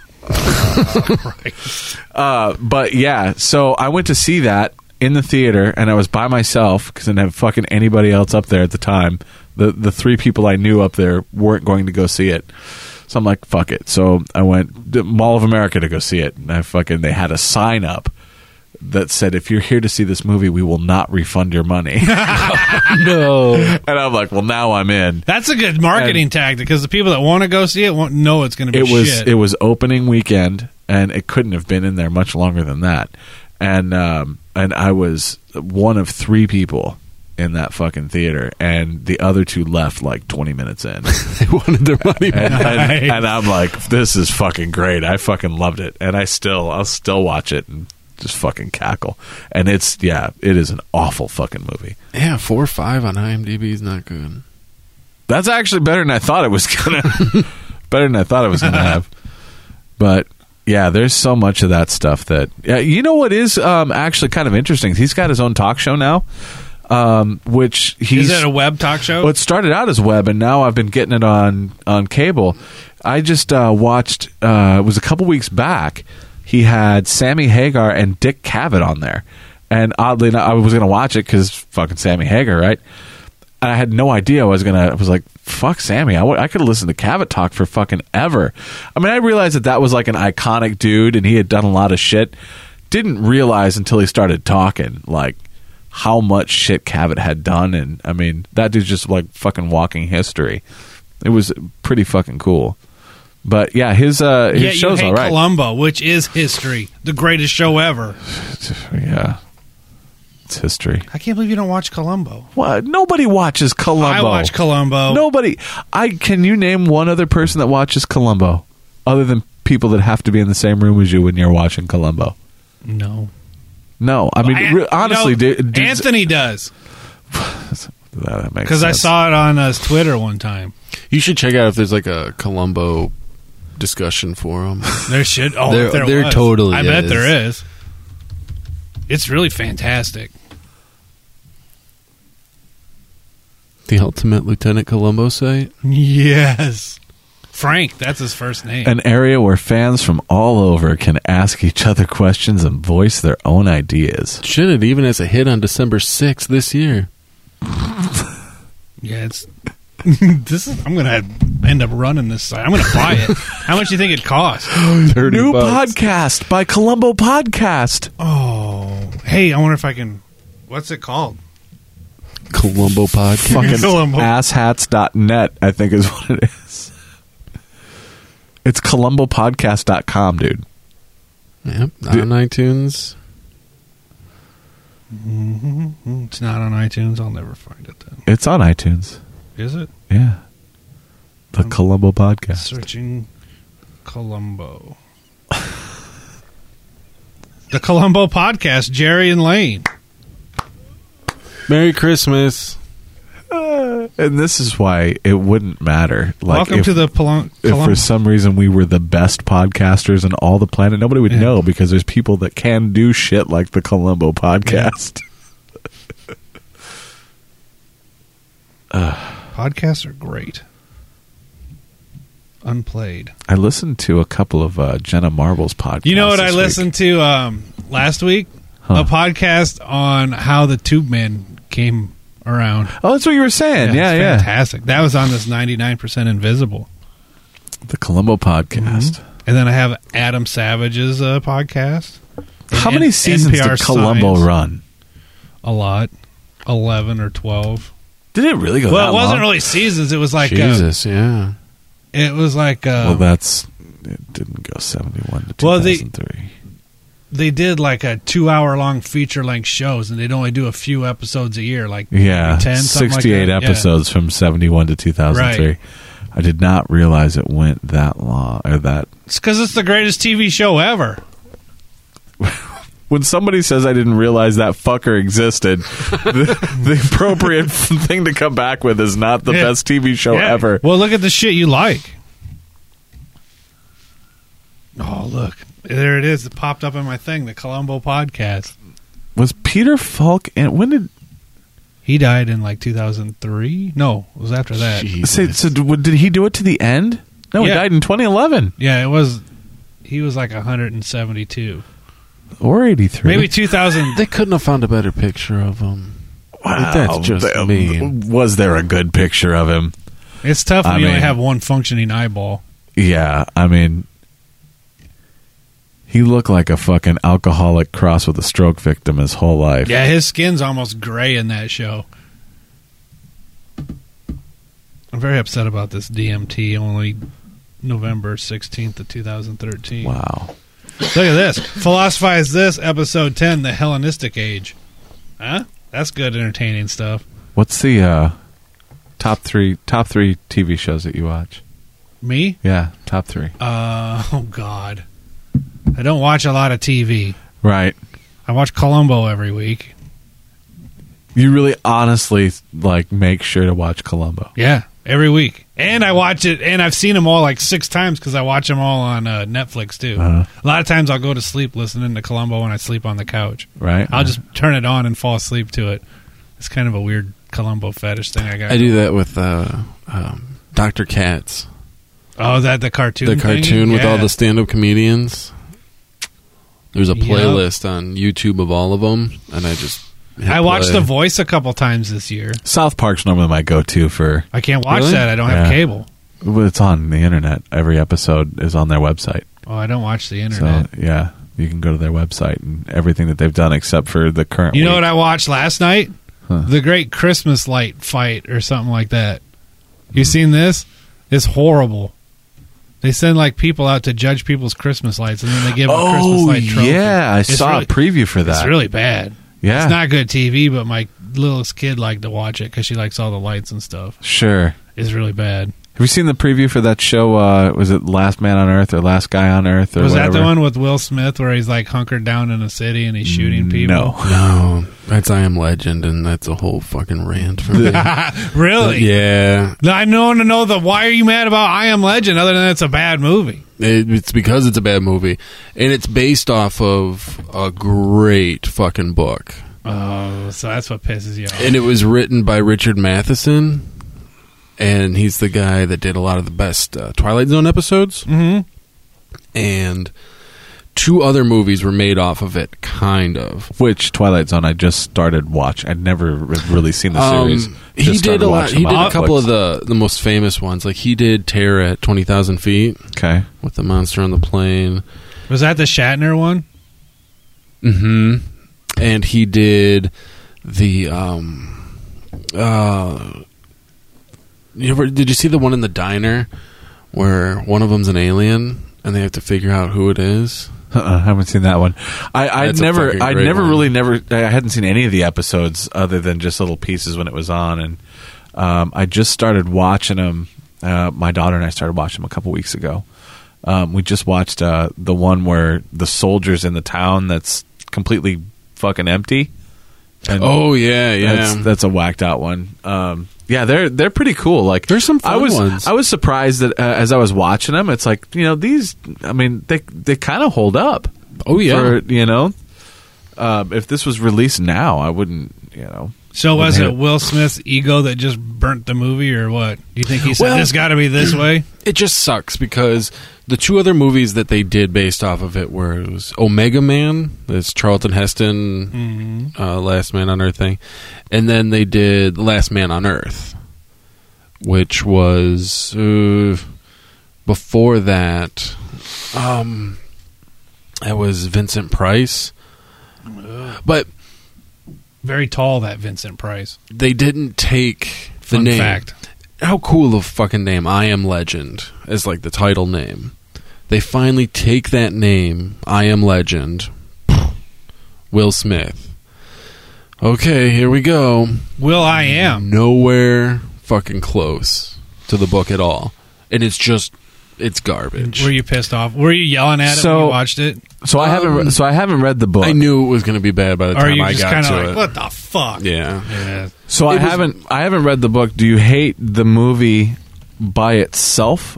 but yeah, so I went to see that in the theater, and I was by myself because I didn't have fucking anybody else up there at the time. The the three people I knew up there weren't going to go see it, so I'm like, fuck it. So I went to Mall of America to go see it, and I fucking they had a sign up that said, "If you're here to see this movie, we will not refund your money." [laughs] and
No.
I'm like, well, now I'm in.
That's a good marketing tactic because the people that want to go see it won't know it's going to be
it was
shit.
it was opening weekend and it couldn't have been in there much longer than that and um and i was one of three people in that fucking theater and the other two left like 20 minutes
[laughs]
in
They wanted their money
and,
back.
and,
Nice.
and i'm like this is fucking great i fucking loved it and i still i'll still watch it and just fucking cackle and it's yeah it is an awful fucking movie
Yeah, four or five on IMDb is not good.
That's actually better than I thought it was gonna. [laughs] better than I thought it was gonna have. But yeah, there's so much of that stuff that yeah. You know what is um, actually kind of interesting? He's got his own talk show now, um, which he's
Is that a web talk show?
well, it started out as web, and now I've been getting it on on cable. I just uh, watched. Uh, it was a couple weeks back. He had Sammy Hagar and Dick Cavett on there, and oddly enough, I was going to watch it because fucking Sammy Hagar, right? And I had no idea I was gonna. I was like, "Fuck Sammy! I could have listened to Cavett talk for fucking ever." I mean, I realized that that was like an iconic dude, and he had done a lot of shit. Didn't realize until he started talking, like how much shit Cavett had done, and I mean that dude's just like fucking walking history. It was pretty fucking cool. But yeah, his uh his
yeah, you
show's
hate
all right.
Columbo, which is history, the greatest show ever.
yeah, it's history.
I can't believe you don't watch Columbo.
What? Nobody watches Columbo.
I watch Columbo.
Nobody. I can you name one other person that watches Columbo, other than people that have to be in the same room as you when you're watching Columbo.
no.
No, I mean
An-
re- honestly,
you know,
dude, dudes-
Anthony does
that, that makes
because I
sense.
saw it on his Twitter one time.
You should check out if there's like a Columbo discussion forum.
There should. Oh,
There-
if there,
there
was.
totally
I bet
is.
there is. It's really fantastic.
the Ultimate Lieutenant Columbo site.
Yes, Frank. That's his first name.
an area where fans from all over can ask each other questions and voice their own ideas.
Shit, it even has a hit on December 6th this [laughs] year.
yeah, it's. [laughs] this is. I'm gonna end up running this site. I'm gonna buy
[laughs]
it. How much do you think it costs?
New podcast by Columbo Podcast.
Oh, hey, I wonder if I can. What's it called?
Columbo podcast.
[laughs]
Fucking
Columbo.
asshats.net, I think is [laughs] what it is. It's columbopodcast.com, dude.
Yep, not on iTunes.
Mm, It's not on iTunes. I'll never find it. Then
It's on iTunes.
is it?
Yeah.
Um,
The Columbo Podcast.
Searching Columbo. the Columbo podcast, Jerry and Lane.
Merry Christmas.
And this is why it wouldn't matter. Like
Welcome
if,
to the Palum-
if
Columbo.
for some reason we were the best podcasters on all the planet, nobody would
Yeah.
know because there's people that can do shit like the Columbo podcast.
Podcasts are great. Unplayed.
I listened to a couple of uh, Jenna Marbles podcasts.
You know what I
this week.
listened to um, last week?
Huh.
A podcast on how the Tube Man came around.
Oh, that's what you were saying. Yeah,
it's
yeah.
fantastic. That was on this ninety nine percent invisible.
The Columbo podcast.
And then I have Adam Savage's uh, podcast.
How
And
many
N-
seasons
NPR
did Columbo
Science.
run?
A lot, eleven or twelve.
Did it really go
well,
that
it wasn't
long?
really seasons. It was like uh,
Jesus, yeah.
it was like uh,
well, that's it didn't go 71 to
Well, the-
2003.
they did like a two hour long feature length shows, and they'd only do a few episodes a year, like
Yeah,
10, something like
68
that. Yeah.
episodes from 71 to 2003.
Right.
I did not realize it went that long or that
It's because it's the greatest TV show ever.
when somebody says I didn't realize that fucker existed, [laughs] the, the appropriate [laughs] thing to come back with is not the
Yeah.
best TV show
Yeah.
ever.
Well, look at the shit you like. Oh, look. There it is. It popped up in my thing, the Columbo podcast.
Was Peter Falk and when did
He died in like 2003. No, it was after that.
say, so did did he do it to the end? No, he
Yeah.
died in 2011
Yeah, it was. He was like 172.
or 83. [laughs]
Maybe 2000.
They couldn't have found a better picture of him.
Wow,
That's just
th-
mean.
Was there a good picture of him?
It's tough when
I
you only
mean-
have one functioning eyeball.
Yeah, I mean, he looked like a fucking alcoholic cross with a stroke victim his whole life.
Yeah, his skin's almost gray in that show. I'm very upset about this DMT only November 16th of 2013.
Wow.
Look at this. Philosophize this episode 10, the Hellenistic Age. Huh? That's good entertaining stuff.
What's the uh, top three top three TV shows that you watch?
Me?
Yeah, top three.
Uh, [laughs] oh god. I don't watch a lot of TV.
Right.
I watch Columbo every week.
You really honestly like make sure to watch Columbo.
Yeah, every week. And I watch it and I've seen them all like 6 times cuz I watch them all on uh, Netflix too.
Uh-huh.
A lot of times I'll go to sleep listening to Columbo when I sleep on the couch.
Right.
I'll just turn it on and fall asleep to it. It's kind of a weird Columbo fetish thing I got.
I do that with uh, um, Dr. Katz,
Oh, is that the cartoon.
the cartoon
thingy?
with all
Yeah.
the stand up comedians. There's a
Yep.
playlist on YouTube of all of them, and I just. hit
I watched
play.
The Voice a couple times this year.
South Park's normally my go-to for.
I can't watch
Really?
that. I don't have
Yeah.
cable.
Well, it's on the internet. Every episode is on their website.
Oh, I don't watch the internet.
So yeah, you can go to their website and everything that they've done except for the current.
you know
week.
what I watched last night?
Huh.
The Great Christmas Light Fight or something like that.
Hmm.
You seen this? It's horrible. They send like people out to judge people's Christmas lights, and then they give them a Christmas
Oh
light trophy.
yeah, I
It's
saw
really-
a preview for that.
It's really bad.
yeah,
It's not good TV, but my littlest kid liked to watch it because she likes all the lights and stuff.
sure.
It's really bad.
Have you seen the preview for that show? Uh, was it Last Man on Earth or Last Guy on Earth or
Was
whatever?
that the one with Will Smith where he's like hunkered down in a city and he's
Mm,
shooting people?
No, [laughs]
No, that's I Am Legend, and that's a whole fucking rant
[laughs]
for me.
really?
yeah,
No, I know to know the why are you mad about I Am Legend other than it's a bad movie.
It- it's because it's a bad movie, and it's based off of a great fucking book,
Oh, so that's what pisses you off.
and it was written by Richard Matheson, and he's the guy that did a lot of the best uh, Twilight Zone episodes,
Mm-hmm.
and two other movies were made off of it, kind of.
which Twilight Zone? I just started watch. I'd never re- really seen the
Um,
series.
he
Just
did
started
a lot.
watching
He
them
did
on
a couple
Netflix.
of the the most famous ones, like he did Terror at twenty thousand feet
Okay,
with the monster on the plane.
Was that the Shatner one?
hmm And he did the um uh you ever did you see the one in the diner where one of them's an alien and they have to figure out who it is?
Uh-uh, [laughs] I haven't seen that one. I I
That's a
never,
fucking
I
great
never
one.
really never, I hadn't seen any of the episodes other than just little pieces when it was on, and um, I just started watching them. Uh, my daughter and I started watching them a couple weeks ago. Um, we just watched uh, the one where the soldiers in the town that's completely fucking empty. And
Oh yeah, yeah.
that's, that's a whacked out one. Um, yeah, they're they're pretty cool. Like
There's some fun
I was
ones.
I was surprised that uh, as I was watching them, it's like you know these. I mean, they they kind of hold up.
oh yeah.
For, you know, um, if this was released now, I wouldn't. You know,
So was
hate
it
it.
Will Smith's ego that just burnt the movie, or what? Do you think he said
Well-
this got to be this way?
It just sucks because the two other movies that they did based off of it were it was Omega Man, that's Charlton Heston
Mm-hmm.
uh, Last Man on Earth thing, and then they did Last Man on Earth, which was uh, before that. Um, that was Vincent Price, but
Very tall, that Vincent Price.
they didn't take the
Fun
name.
fact.
How cool of a fucking name! I am Legend is like the title name. They finally take that name. I am Legend. [sniffs] Will Smith. Okay, here we go.
Will I am.
nowhere fucking close to the book at all, and it's just it's garbage.
Were you pissed off? Were you yelling at it
So-
when you watched it?
So I haven't. Re- so I haven't read the book.
Um, I knew it was going to be bad by the
Or
time
you
I
just
got
kind of
to
like,
it.
what the fuck?
Yeah.
Yeah.
So I
It was-
haven't I haven't read the book. Do you hate the movie by itself?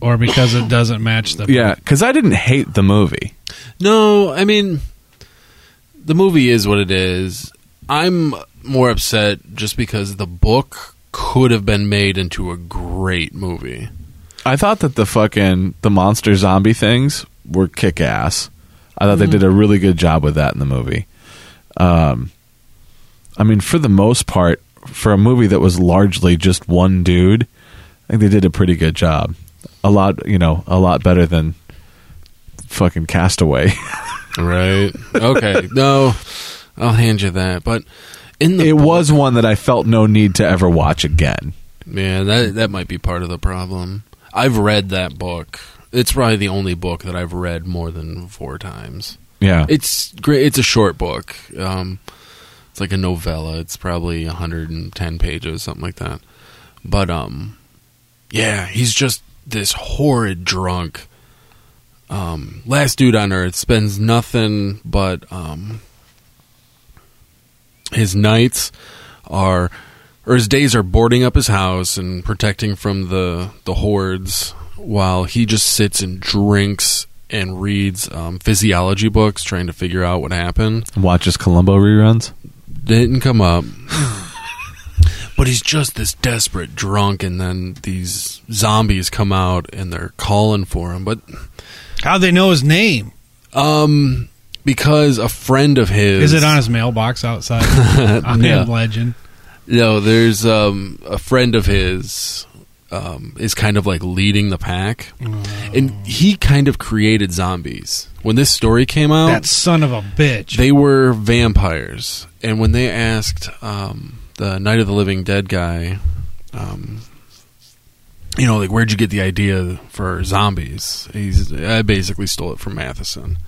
Or because it doesn't match the.
Yeah, because I didn't hate the movie.
No, I mean, the movie is what it is. I'm more upset just because the book could have been made into a great movie.
I thought that the fucking the monster zombie things were kick ass. I thought they
Mm-hmm.
did a really good job with that in the movie. Um, I mean, for the most part, for a movie that was largely just one dude, I think they did a pretty good job. A lot, you know, a lot better than fucking Castaway. [laughs]
Right? okay. No, I'll hand you that. But in the
it
book-
was one that I felt no need to ever watch again.
Yeah, that that might be part of the problem. I've read that book. It's probably the only book that I've read more than four times.
Yeah.
It's great. It's a short book. Um, it's like a novella. It's probably 110 pages, something like that. But um, yeah, he's just this horrid drunk. Um, last dude on earth spends nothing but um, his nights are or his days are boarding up his house and protecting from the the hordes while he just sits and drinks and reads um, physiology books trying to figure out what happened
watches Columbo reruns.
didn't come up. [sighs] but he's just this desperate drunk, and then these zombies come out and they're calling for him. But
How'd they know his name?
um, because a friend of his
Is it on his
[laughs]
mailbox outside? on
Yeah.
him, legend.
No, there's um, a friend of his um, is kind of like leading the pack, and he kind of created zombies. When this story came out,
That son of a bitch.
They were vampires, and when they asked um, the Night of the Living Dead guy, um, you know, like where'd you get the idea for zombies? He's I basically stole it from Matheson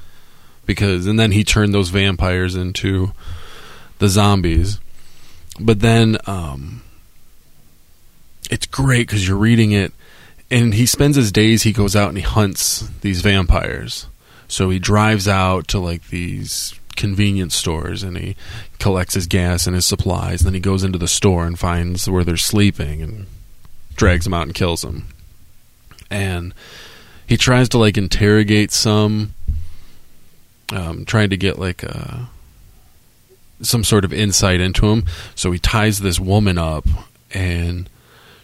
because, and then he turned those vampires into the zombies. But then um, it's great because you're reading it, and he spends his days. He goes out and he hunts these vampires. So he drives out to like these convenience stores and he collects his gas and his supplies. Then he goes into the store and finds where they're sleeping and drags them out and kills them. And he tries to like interrogate some, um, trying to get like a, some sort of insight into him. So he ties this woman up and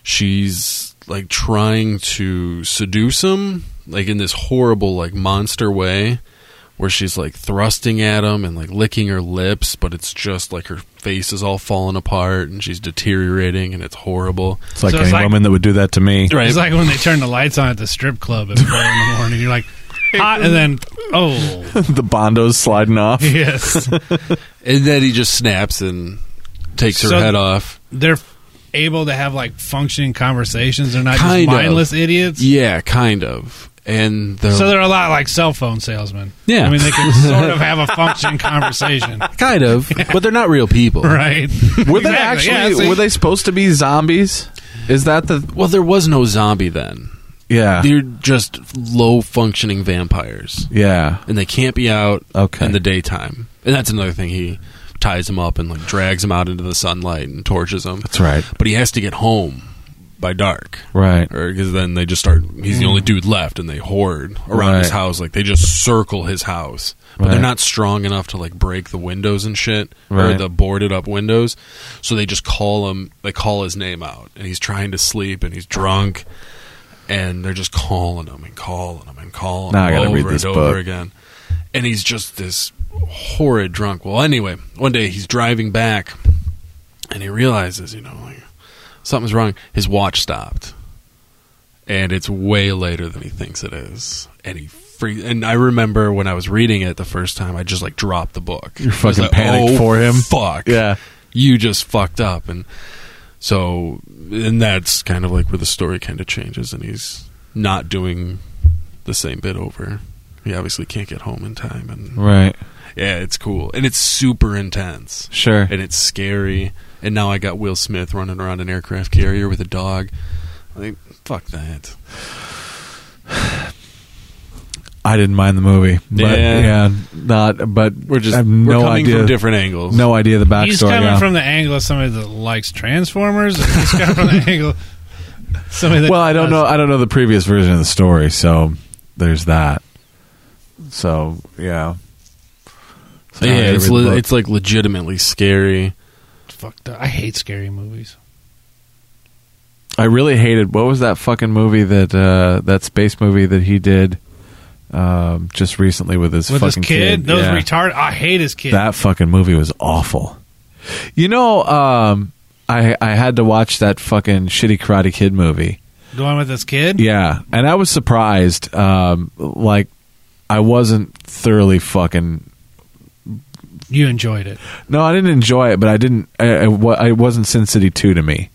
she's like trying to seduce him like in this horrible like monster way where she's like thrusting at him and like licking her lips but it's just like her face is all falling apart and she's deteriorating and it's horrible
It's like
So it's
any
like-
woman that would do that to
[laughs]
me.
It's like when they turn the lights on at the strip club at four in the morning. You're like, hot, and then
[laughs]
oh
the bondos sliding off.
yes,
and then he just snaps and takes her
So-
head off
they're able to have like functioning conversations. They're not
Kind
just
of.
mindless idiots.
yeah kind of and the,
So they're a lot like cell phone salesmen.
Yeah.
I mean
[laughs]
they can sort of have a functioning conversation,
kind
[laughs]
of but they're not real people
right?
Were they
Exactly, yeah,
actually?
see?
were they supposed to be zombies? Is that the?
well there was no zombie then
Ah.
Yeah.
they're just low functioning vampires
Yeah.
and they can't be out
Okay.
in the daytime. And that's another thing. He ties him up and like drags him out into the sunlight and tortures him.
That's right.
But he has to get home by dark,
Right.
or because then they just start. He's the only dude left, and they hoard around his
Mm. Right.
house. Like they just circle his house, but
Right.
they're not strong enough to like break the windows and shit, or
Right.
the boarded up windows. So they just call him. They call his name out, and he's trying to sleep, and he's drunk. And they're just calling him and calling him and calling
Now I
him
gotta
over
read this
and
book.
over again and he's just this horrid drunk. Well, anyway, one day he's driving back, and he realizes, you know, like something's wrong. His watch stopped, and it's way later than he thinks it is. And he free. And I remember when I was reading it the first time, I just like dropped the book. You're
fucking panicked for him."
"Oh, Fuck
Yeah.
you just fucked up and so and that's kind of like where the story kind of changes and he's not doing the same bit over he obviously can't get home in time and
Right.
yeah it's cool and it's super intense
Sure.
and it's scary and now i got will smith running around an aircraft carrier with a dog i think fuck that
I didn't mind the movie, but
Yeah.
yeah, not. But
We're just
I have
we're
no
coming
idea,
from different angles.
no idea the backstory.
He's coming
yeah.
from the angle of somebody that likes Transformers. Or he's coming
[laughs]
from the angle somebody that
well, I don't know. I don't know the previous version of the story, so there's that. So yeah, So now I
yeah,
gotta
it's
read the
le-
book.
it's like legitimately scary.
Fucked up. I hate scary movies.
I really hated what was that fucking movie that uh, that space movie that he did um, just recently with his
With this
fucking
kid, those
Yeah.
retarded. I hate his kid.
That fucking movie was awful. You know, um, I I had to watch that fucking shitty Karate Kid movie.
the one with this kid.
Yeah, and I was surprised. Um, like, I wasn't thoroughly fucking
You enjoyed it.
No, I didn't enjoy it, but I didn't. I, I, wa- I wasn't Sin City two to me.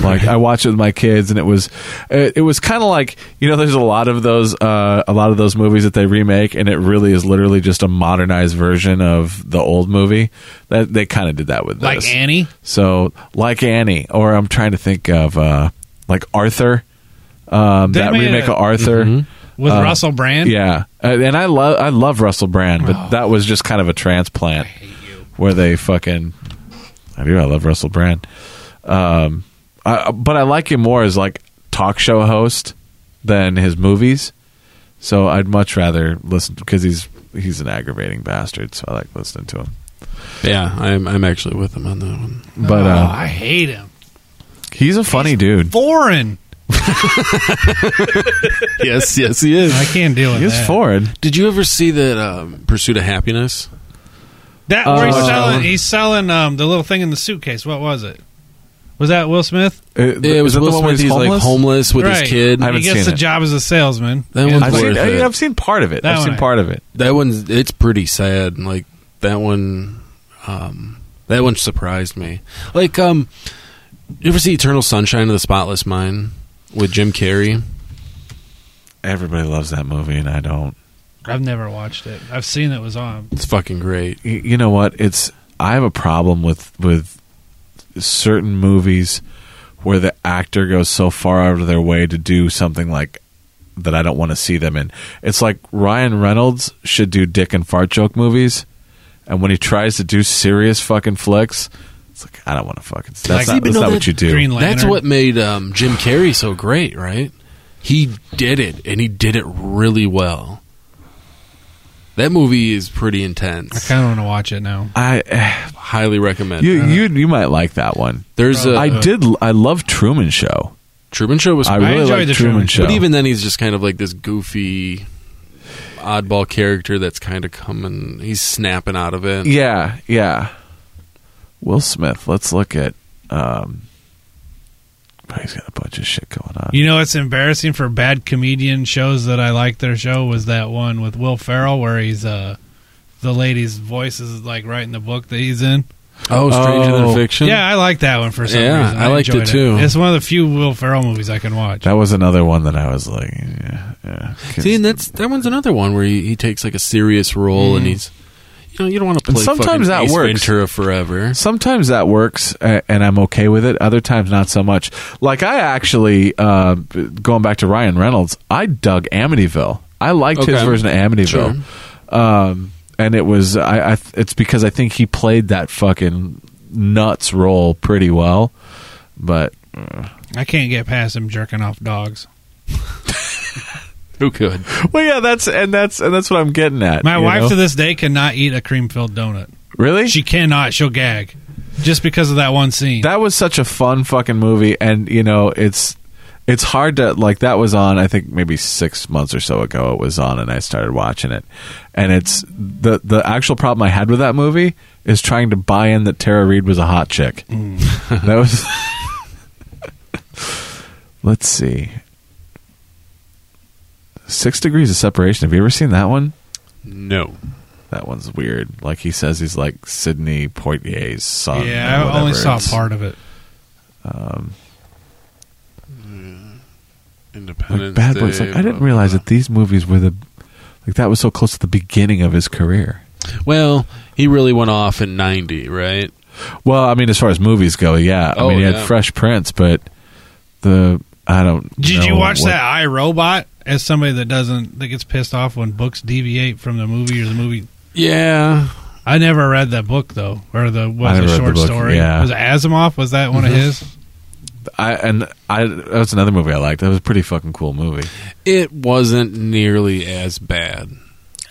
Like I watched it with my kids, and it was, it, it was kind of like you know, there's a lot of those, uh, a lot of those movies that they remake, and it really is literally just a modernized version of the old movie. That they kind of did that with
Like
this.
Annie.
So like Annie, or I'm trying to think of uh, like Arthur, um,
They
that
made
remake
a-
of Arthur.
with Russell Brand.
Uh, [laughs] Yeah, Uh, and I love I love Russell Brand,
Oh.
but that was just kind of a transplant where they fucking. I do. I love Russell Brand, um, I, but I like him more as like talk show host than his movies. So I'd much rather listen because he's he's an aggravating bastard. So I like listening to him.
Yeah, I'm I'm actually with him on that one.
But
Oh,
uh,
I hate him.
he's a funny dude.
Foreign.
[laughs] yes, yes, he is.
I can't deal with
He's
that.
foreign.
Did you ever see that um, Pursuit of Happiness?
That where he's
Uh,
selling. He's selling um, the little thing in the suitcase. What was it? Was that Will Smith?
It,
it was
Uh, is that
Will
the one where
Smith. He's like homeless with
Right.
his kid.
I haven't
he gets
seen
the
it.
job as a salesman.
That
And-
one's
I've seen,
Worth it.
I've seen part of it.
That
I've
one
seen
I-
part of it.
that one's it's pretty sad. Like that one, um, that one surprised me. Like, um, you ever see Eternal Sunshine of the Spotless Mind with Jim Carrey?
Everybody loves that movie, and I don't.
I've never watched it. I've seen it was on.
It's fucking great.
y- you know what it's i have a problem with with certain movies where the actor goes so far out of their way to do something like that i don't want to see them in it's like ryan reynolds should do dick and fart joke movies and when he tries to do serious fucking flicks it's like i don't want to fucking that's
Like-
not,
See, but
that's
no,
not
that
what you do
Green Lantern.
That's what made um, Jim Carrey so great, right? He did it, and he did it really well. That movie is pretty
I
intense.
kind of want to watch it now.
i
[laughs]
eh,
Highly recommend.
you you you might like that one
There's a
i did i love truman show
Truman Show was
i
I
really
enjoyed
like
the
truman
Truman
show
But even then, he's just kind of like this goofy, oddball character that's kind of coming. He's snapping out of it.
Yeah, yeah. Will Smith. Let's look at. Um, oh, he's got a bunch of shit going on.
You know, it's embarrassing for bad comedian shows that I like. Their show was that one with Will Ferrell where he's uh, the lady's voice is like right in the book that he's in.
Oh, Stranger
Oh.
Than Fiction.
Yeah, I like that one for some
Yeah,
reason.
I liked it
enjoyed
too.
It's one of the few Will Ferrell movies I can watch.
that was another one that I was like, yeah, yeah.
See, and that's that one's another one where he, he takes like a serious role, and he's you know you don't want to
Mm. And
play. fucking
sometimes that
Ace
works.
Ventura forever.
Sometimes that works, a- and I'm okay with it. Other times, not so much. Like I actually, uh, going back to Ryan Reynolds, I dug Amityville. I liked his
Okay.
version of Amityville, um, and it was I, I. It's because I think he played that fucking nuts role pretty well, but
I can't get past him jerking off dogs.
Who could?
Well, yeah, that's and that's and that's what I'm getting at.
My
you
wife
know?
to this day cannot eat a cream filled donut.
really.
She cannot. She'll gag just because of that one scene.
that was such a fun fucking movie, and you know, it's it's hard to like. That was on, I think, maybe six months or so ago. It was on, and I started watching it. And it's the the actual problem I had with that movie is trying to buy in that Tara Reid was a hot chick. [laughs] that was. Let's see. Six degrees of separation. Have you ever seen that one?
No.
That one's weird. Like he says, he's like Sidney Poitier's son.
yeah,
or
I only
whatever.
saw
It's-
part of it.
Independence
Like Bad Boys. Like I didn't realize that these movies were the like that was so close to the beginning of his career.
Well, he really went off in '90, right?
Well, I mean, as far as movies go, yeah. I
Oh,
mean, he had
yeah.
Fresh Prince, but the I don't.
Did
know
you watch
what-
that I Robot? as somebody that doesn't that gets pissed off when books deviate from the movie or the movie.
Yeah.
I never read that book though, or the
I
was
never read
it a
the
short
book,
story?
yeah. Mm-hmm.
Was it Asimov? Was that one of his?
I and I that was another movie I liked. That was a pretty fucking cool movie.
It wasn't nearly as bad.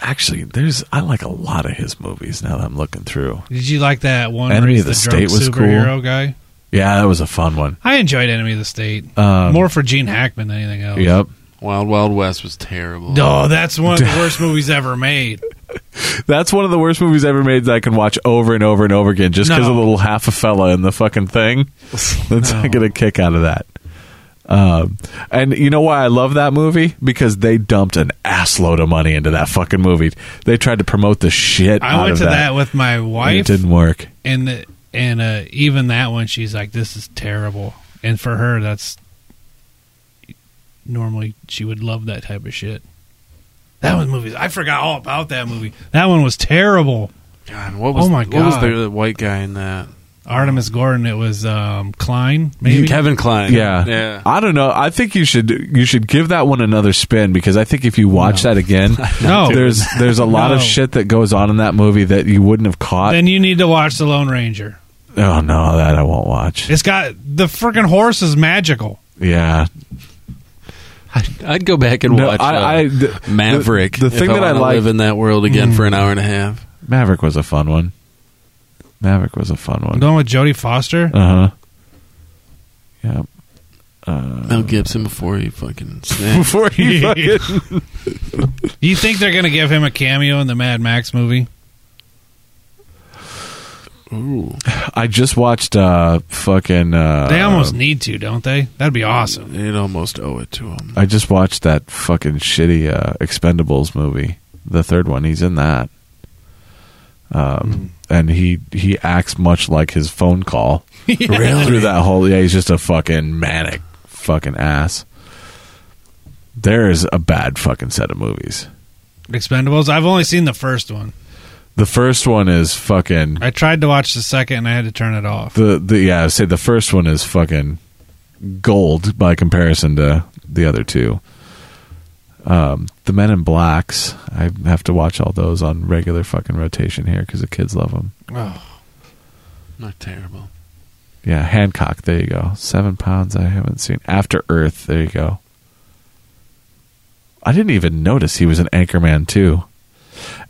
Actually, there's I like a lot of his movies now that I'm looking through.
Did you like that one? where
Enemy
he's
of the State
drunk
was cool.
superhero guy.
Yeah, that was a fun one.
I enjoyed Enemy of the State
Um,
more for Gene Hackman than anything else.
Yep.
Wild Wild West was terrible.
No, that's one
[laughs]
of the worst movies ever made.
That's one of the worst movies ever made that I can watch over and over and over again just because
No.
of the little half a fella in the fucking
[laughs]
thing. That's I get a kick out of that. Um, and you know why I love that movie? Because they dumped an assload of money into that fucking movie. They tried to promote the shit. out
I went
of
to that.
that,
with my
and It
wife,
didn't work.
and and uh, even that one, she's like, "This is terrible." And for her, that's normally she would love that type of shit. That one movie, I forgot all about that movie. That one was terrible.
God, what was
Oh my
what was
God.
the, the white guy in that?
Artemis Gordon. It was um, Klein, maybe.
Kevin Klein.
Yeah.
Yeah.
I don't know. I think you should you should give that one another spin because I think if you watch that again,
[laughs] No.
[laughs] there's there's a lot of
No.
shit that goes on in that movie that you wouldn't have caught.
then you need to watch The Lone Ranger.
oh no, that I won't watch.
It's got the freaking horse is magical.
Yeah,
I'd go back and
No,
watch
I-
uh,
I- the-
Maverick.
the- the
if
thing that I
wanna
like- Mm-hmm.
live in that world again for an hour and a half.
Maverick was a fun one. Maverick was a fun
I'm
one.
going with Jodie Foster.
Uh [laughs] huh. Yeah.
Mel
Uh,
Gibson before he fucking
[laughs]
snapped.
Before
[laughs]
he fucking
You think they're going to give him a cameo in the Mad Max movie?
Ooh,
I just watched uh fucking uh
They almost need to, don't they? That'd be awesome.
they'd almost owe it to him.
I just watched that fucking shitty uh Expendables movie. The third one, he's in that.
Hmm.
Um and he he acts much like his
[laughs]
phone call.
Really?
Through that whole yeah, he's just a fucking manic fucking ass. There's a bad fucking set of movies.
Expendables. I've only seen the first one.
The first one is fucking
I tried to watch the second and I had to turn it off.
the the yeah, I'd say the first one is fucking gold by comparison to the other two. Um, the Men in Blacks, I have to watch all those on regular fucking rotation here because the kids love them.
Not terrible.
Yeah, Hancock, there you go. Seven Pounds, I haven't seen. After Earth, there you go. I didn't even notice he was an Anchorman too.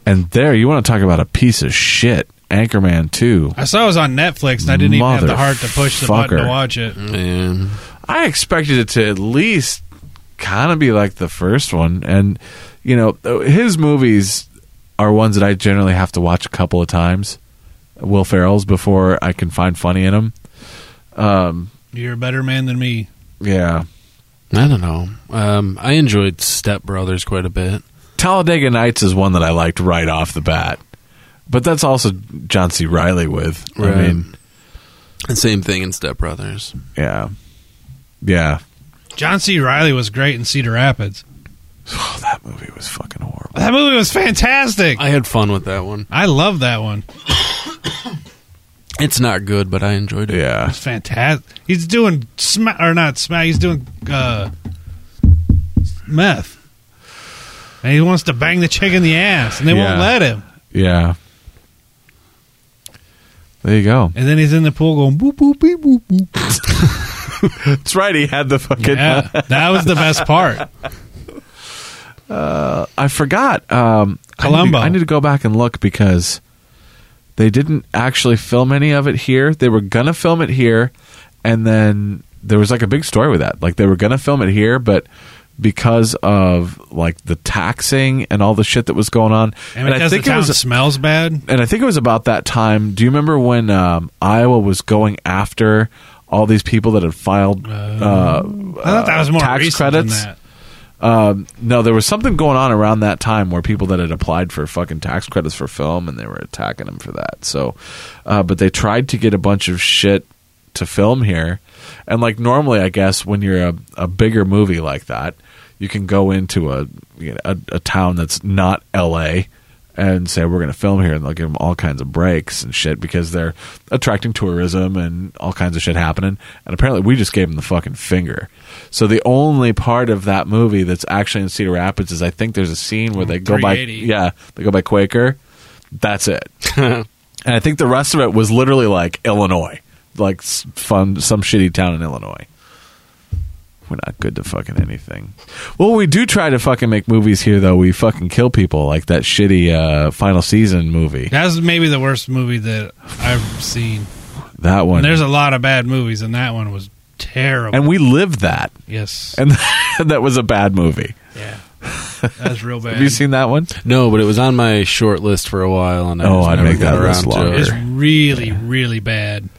And there, you want to talk about a piece of shit, Anchorman too.
I saw it was on Netflix and I didn't even have the heart to push the button
Motherfucker.
to watch it.
Man,
I expected it to at least kind of be like the first one, and you know, his movies are ones that I generally have to watch a couple of times. Will Ferrell's before I can find funny in them. Um,
You're a better man than me.
yeah,
I don't know. Um, I enjoyed Step Brothers quite a bit.
Talladega Nights is one that I liked right off the bat, but that's also John C. Riley with. I mean,
and same thing in Step Brothers.
yeah, yeah.
John C. Riley was great in Cedar Rapids.
Oh, that movie was fucking horrible.
That movie was fantastic.
I had fun with that one.
I love that one.
It's not good, but I enjoyed it.
Yeah,
It's fantastic. He's doing smack or not smack. He's doing uh, meth, and he wants to bang the chick in the ass, and they
Yeah.
won't let him.
yeah. There you go.
And then he's in the pool going boop boop beep boop boop.
That's right. He had the fucking.
Yeah, that was the
[laughs]
best part.
I forgot. Um, I need to-
Columbo.
I need, to go back and look because they didn't actually film any of it here. They were gonna film it here, and then there was like a big story with that. Like they were gonna film it here, but because of like the taxing and all the shit that was going on,
And, because the town smells bad,
and I think it was about that time. Do you remember when um, Iowa was going after all these people that had filed? uh,
I thought that was more
tax
recent
credits?
than that.
um, no, there was something going on around that time where people that had applied for fucking tax credits for film and they were attacking them for that. So, uh, but they tried to get a bunch of shit to film here, and like normally, I guess when you're a, a bigger movie like that, you can go into a you know, a, a town that's not L.A. and say we're going to film here, and they'll give them all kinds of breaks and shit because they're attracting tourism and all kinds of shit happening. And apparently, we just gave them the fucking finger. So the only part of that movie that's actually in Cedar Rapids is I think there's a scene where they go by
380.
yeah they go by Quaker. That's it. And I think the rest of it was literally like Illinois, like s- fun, some shitty town in Illinois. We're not good to fucking anything. Well, we do try to fucking make movies here, though. We fucking kill people, like that shitty uh, final season movie.
That's maybe the worst movie that I've seen.
That one.
And there's a lot of bad movies, and that one was terrible.
and we lived that, [laughs]
yes,
and that was a bad movie.
yeah, that's real
[laughs]
bad.
Have you seen that one?
[laughs] No, but it was on my short list for a while, and I
Oh,
just
I'd
never
make
got
that list
around to
longer.
it.
It's really, really bad.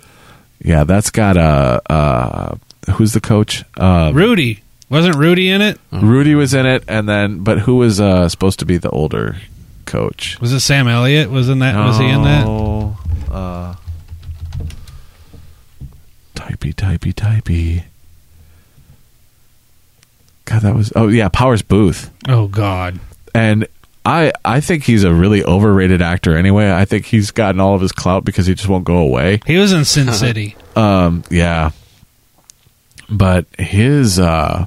Yeah, that's got uh, uh, who's the coach? Uh,
Rudy wasn't Rudy in it?
Rudy was in it, and then but who was uh, supposed to be the older coach?
Was it Sam Elliott? Was in that? Was he in that?
No, Uh, typey, typey, typey. God, that was oh yeah, Powers Booth,
Oh God,
and I I think he's a really overrated actor. Anyway, I think he's gotten all of his clout because he just won't go away.
he was
[laughs]
in Sin City.
Um, yeah, but his uh,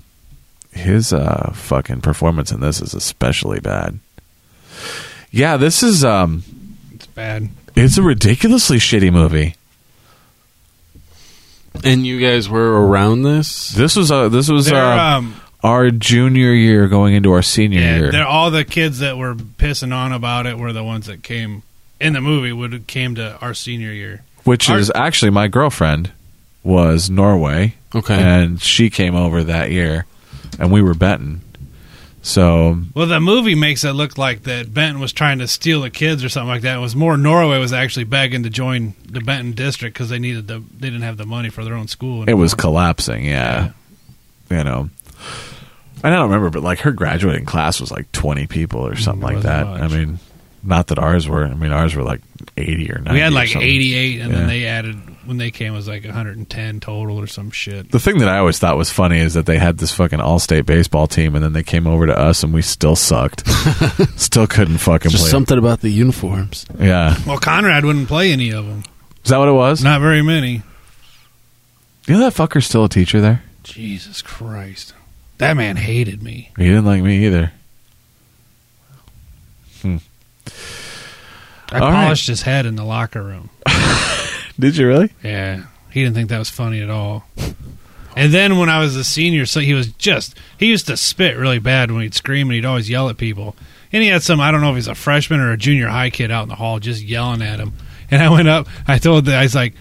his uh, fucking performance in this is especially bad. Yeah, this is um,
It's bad.
it's a ridiculously shitty movie.
And you guys were around this?
This was uh, this was
They're,
uh,
um,
our junior year going into our senior
yeah,
year.
they're all the kids that were pissing on about it were the ones that came in the movie. Would came to our senior year.
which
Our-
is actually my girlfriend was Norway,
Okay.
and she came over that year, and we were betting. So
Well, the movie makes it look like that Benton was trying to steal the kids or something like that. It was more Norway was actually begging to join the Benton district because they needed the they didn't have the money for their own school.
it was collapsing. Yeah, you know. And I don't remember, but like her graduating class was like twenty people or something like
wasn't
that.
much.
I mean, not that ours were. I mean, ours were like eighty or ninety.
we had
or
like
something.
88, and
Yeah.
then they added when they came it was like 110 total or some shit.
The thing that I always thought was funny is that they had this fucking all-state baseball team, and then they came over to us, and we still
[laughs]
sucked. still couldn't fucking
Just
play.
something about the uniforms.
yeah,
Well, Conrad wouldn't play any of them.
is that what it was?
Not very many.
You know that fucker's still a teacher there.
Jesus Christ, that man hated me.
He didn't like me either.
I
All right.
polished his head in the locker room.
Did you really?
Yeah, he didn't think that was funny at all. And then when I was a senior, so he was just he used to spit really bad when he'd scream and he'd always yell at people. And he had some I don't know if he's a freshman or a junior high kid out in the hall just yelling at him. And I went up, I told the I was like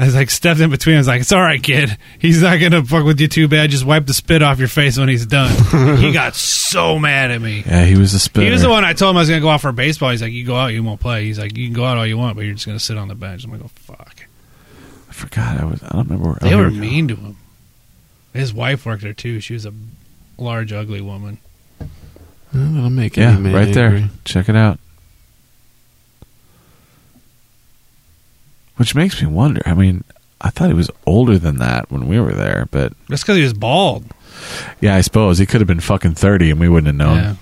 I was like stepped in between. I was like, "It's all right, kid. He's not gonna fuck with you too bad. Just wipe the spit off your face when he's done." he got so mad at me.
Yeah, he was a spitter.
He was the one I told him I was gonna go out for baseball. He's like, "You go out, you won't play." He's like, "You can go out all you want, but you're just gonna sit on the bench." I'm like, "Oh fuck."
I forgot. I was. I don't remember. Where,
They
oh,
were
here we go.
mean to him. His wife worked there too. She was a large, ugly woman.
Well, That'll make
Yeah,
any man
right there.
angry.
Check it out. Which makes me wonder. I mean, I thought he was older than that when we were there, but
That's because he was bald.
yeah, I suppose he could have been fucking thirty and we wouldn't have known.
Yeah.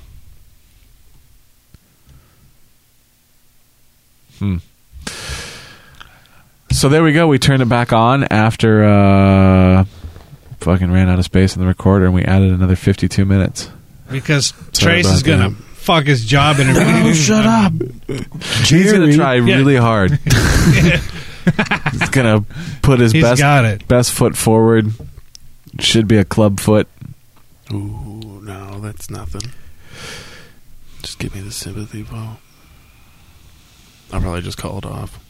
So there we go. We turned it back on after uh, fucking ran out of space in the recorder, and we added another fifty-two minutes.
Because
Sorry
Trace
about
is gonna fuck his job interview.
Oh, up! He's gonna try
Yeah.
really
[laughs]
hard. He's gonna put his
He's
best
got it.
best foot forward. Should be a club foot.
Ooh, no, that's nothing. Just give me the sympathy ball. I'll probably just call it off.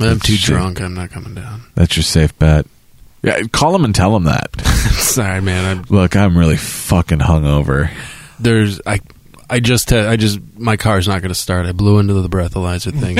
I'm too
Shit.
drunk. I'm not coming down.
That's your safe bet. Yeah, call him and tell him that.
[laughs] Sorry, man. I'm,
Look, I'm really fucking hungover.
there's I. I just, had- I just, my car's not going to start. I blew into the breathalyzer
[laughs]
thing.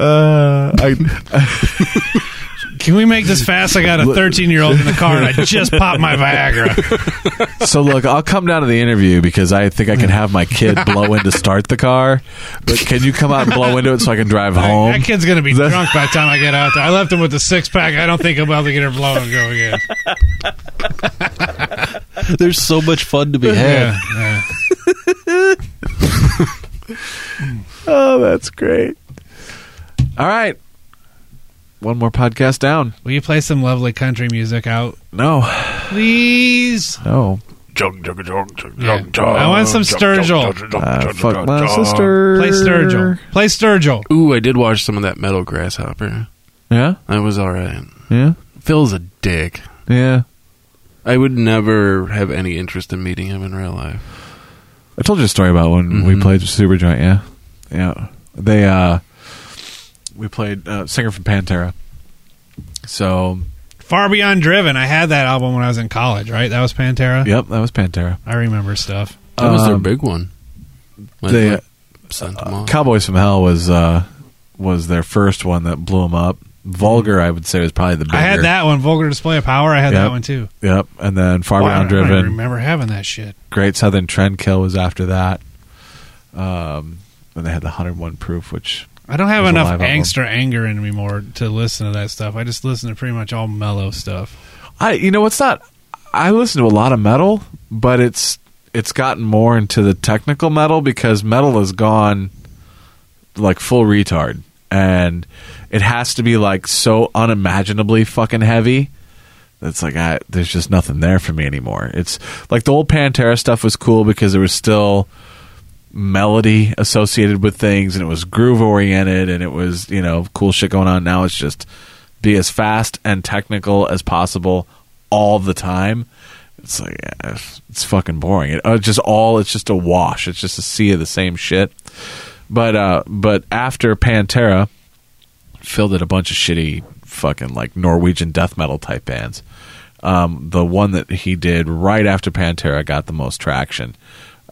Uh, I,
Can we make this fast? I got a
Look-
13 year old in the car and I just popped my Viagra.
so look, I'll come down to the interview because I think I can have my kid blow in to start the car. But can you come out and blow into it so I can drive home?
That kid's gonna be
That's-
drunk by the time I get out there. I left him with a six pack. I don't think I'm about to get her blown and go again.
There's so much fun to be had.
yeah.
oh, that's great. All right. One more podcast down.
Will you play some lovely country music out,
No.
please?
No.
Jug, jug, jug, jug,
Yeah.
jug, jug,
I want some
jug, jug,
Sturgill.
jug, jug,
Uh,
jug,
fuck
jug,
my
jug.
sister.
Play Sturgill. Play Sturgill.
Ooh, I did watch some of that Metal Grasshopper.
Yeah.
That was all right.
Yeah.
Phil's a dick.
Yeah.
I would never have any interest in meeting him in real life.
I told you a story about when we
Mhm.
played Supergiant, yeah. Yeah. They uh we played uh, singer from Pantera. So,
Far Beyond Driven. I had that album when I was in college, right? That was Pantera.
yep, that was Pantera.
I remember stuff.
That was their
Um,
big one. When
they-
they uh, sent them off.
Cowboys from Hell was uh was their first one that blew them up. Vulgar, I would say, was probably the bigger.
I had that one, Vulgar Display of Power. I had
Yep.
that one too.
Yep, and then Far
Wow, I
Beyond
don't even
Driven,
remember having that shit.
Great Southern Trendkill was after that. Um, and they had the 101 Proof, which
I don't
It
have
was a
enough
live album.
angst or anger in me more to listen to that stuff. I just listen to pretty much all mellow stuff.
I you know it's not I listen to a lot of metal, but it's it's gotten more into the technical metal because metal has gone like full retard and it has to be like so unimaginably fucking heavy. That's like I there's just nothing there for me anymore. It's like the old Pantera stuff was cool because there was still melody associated with things and it was groove oriented and it was you know cool shit going on now it's just be as fast and technical as possible all the time it's like eh, it's fucking boring it, uh, just all it's just a wash it's just a sea of the same shit but uh but after pantera Phil did a bunch of shitty fucking like Norwegian death metal type bands. Um, the one that he did right after Pantera got the most traction,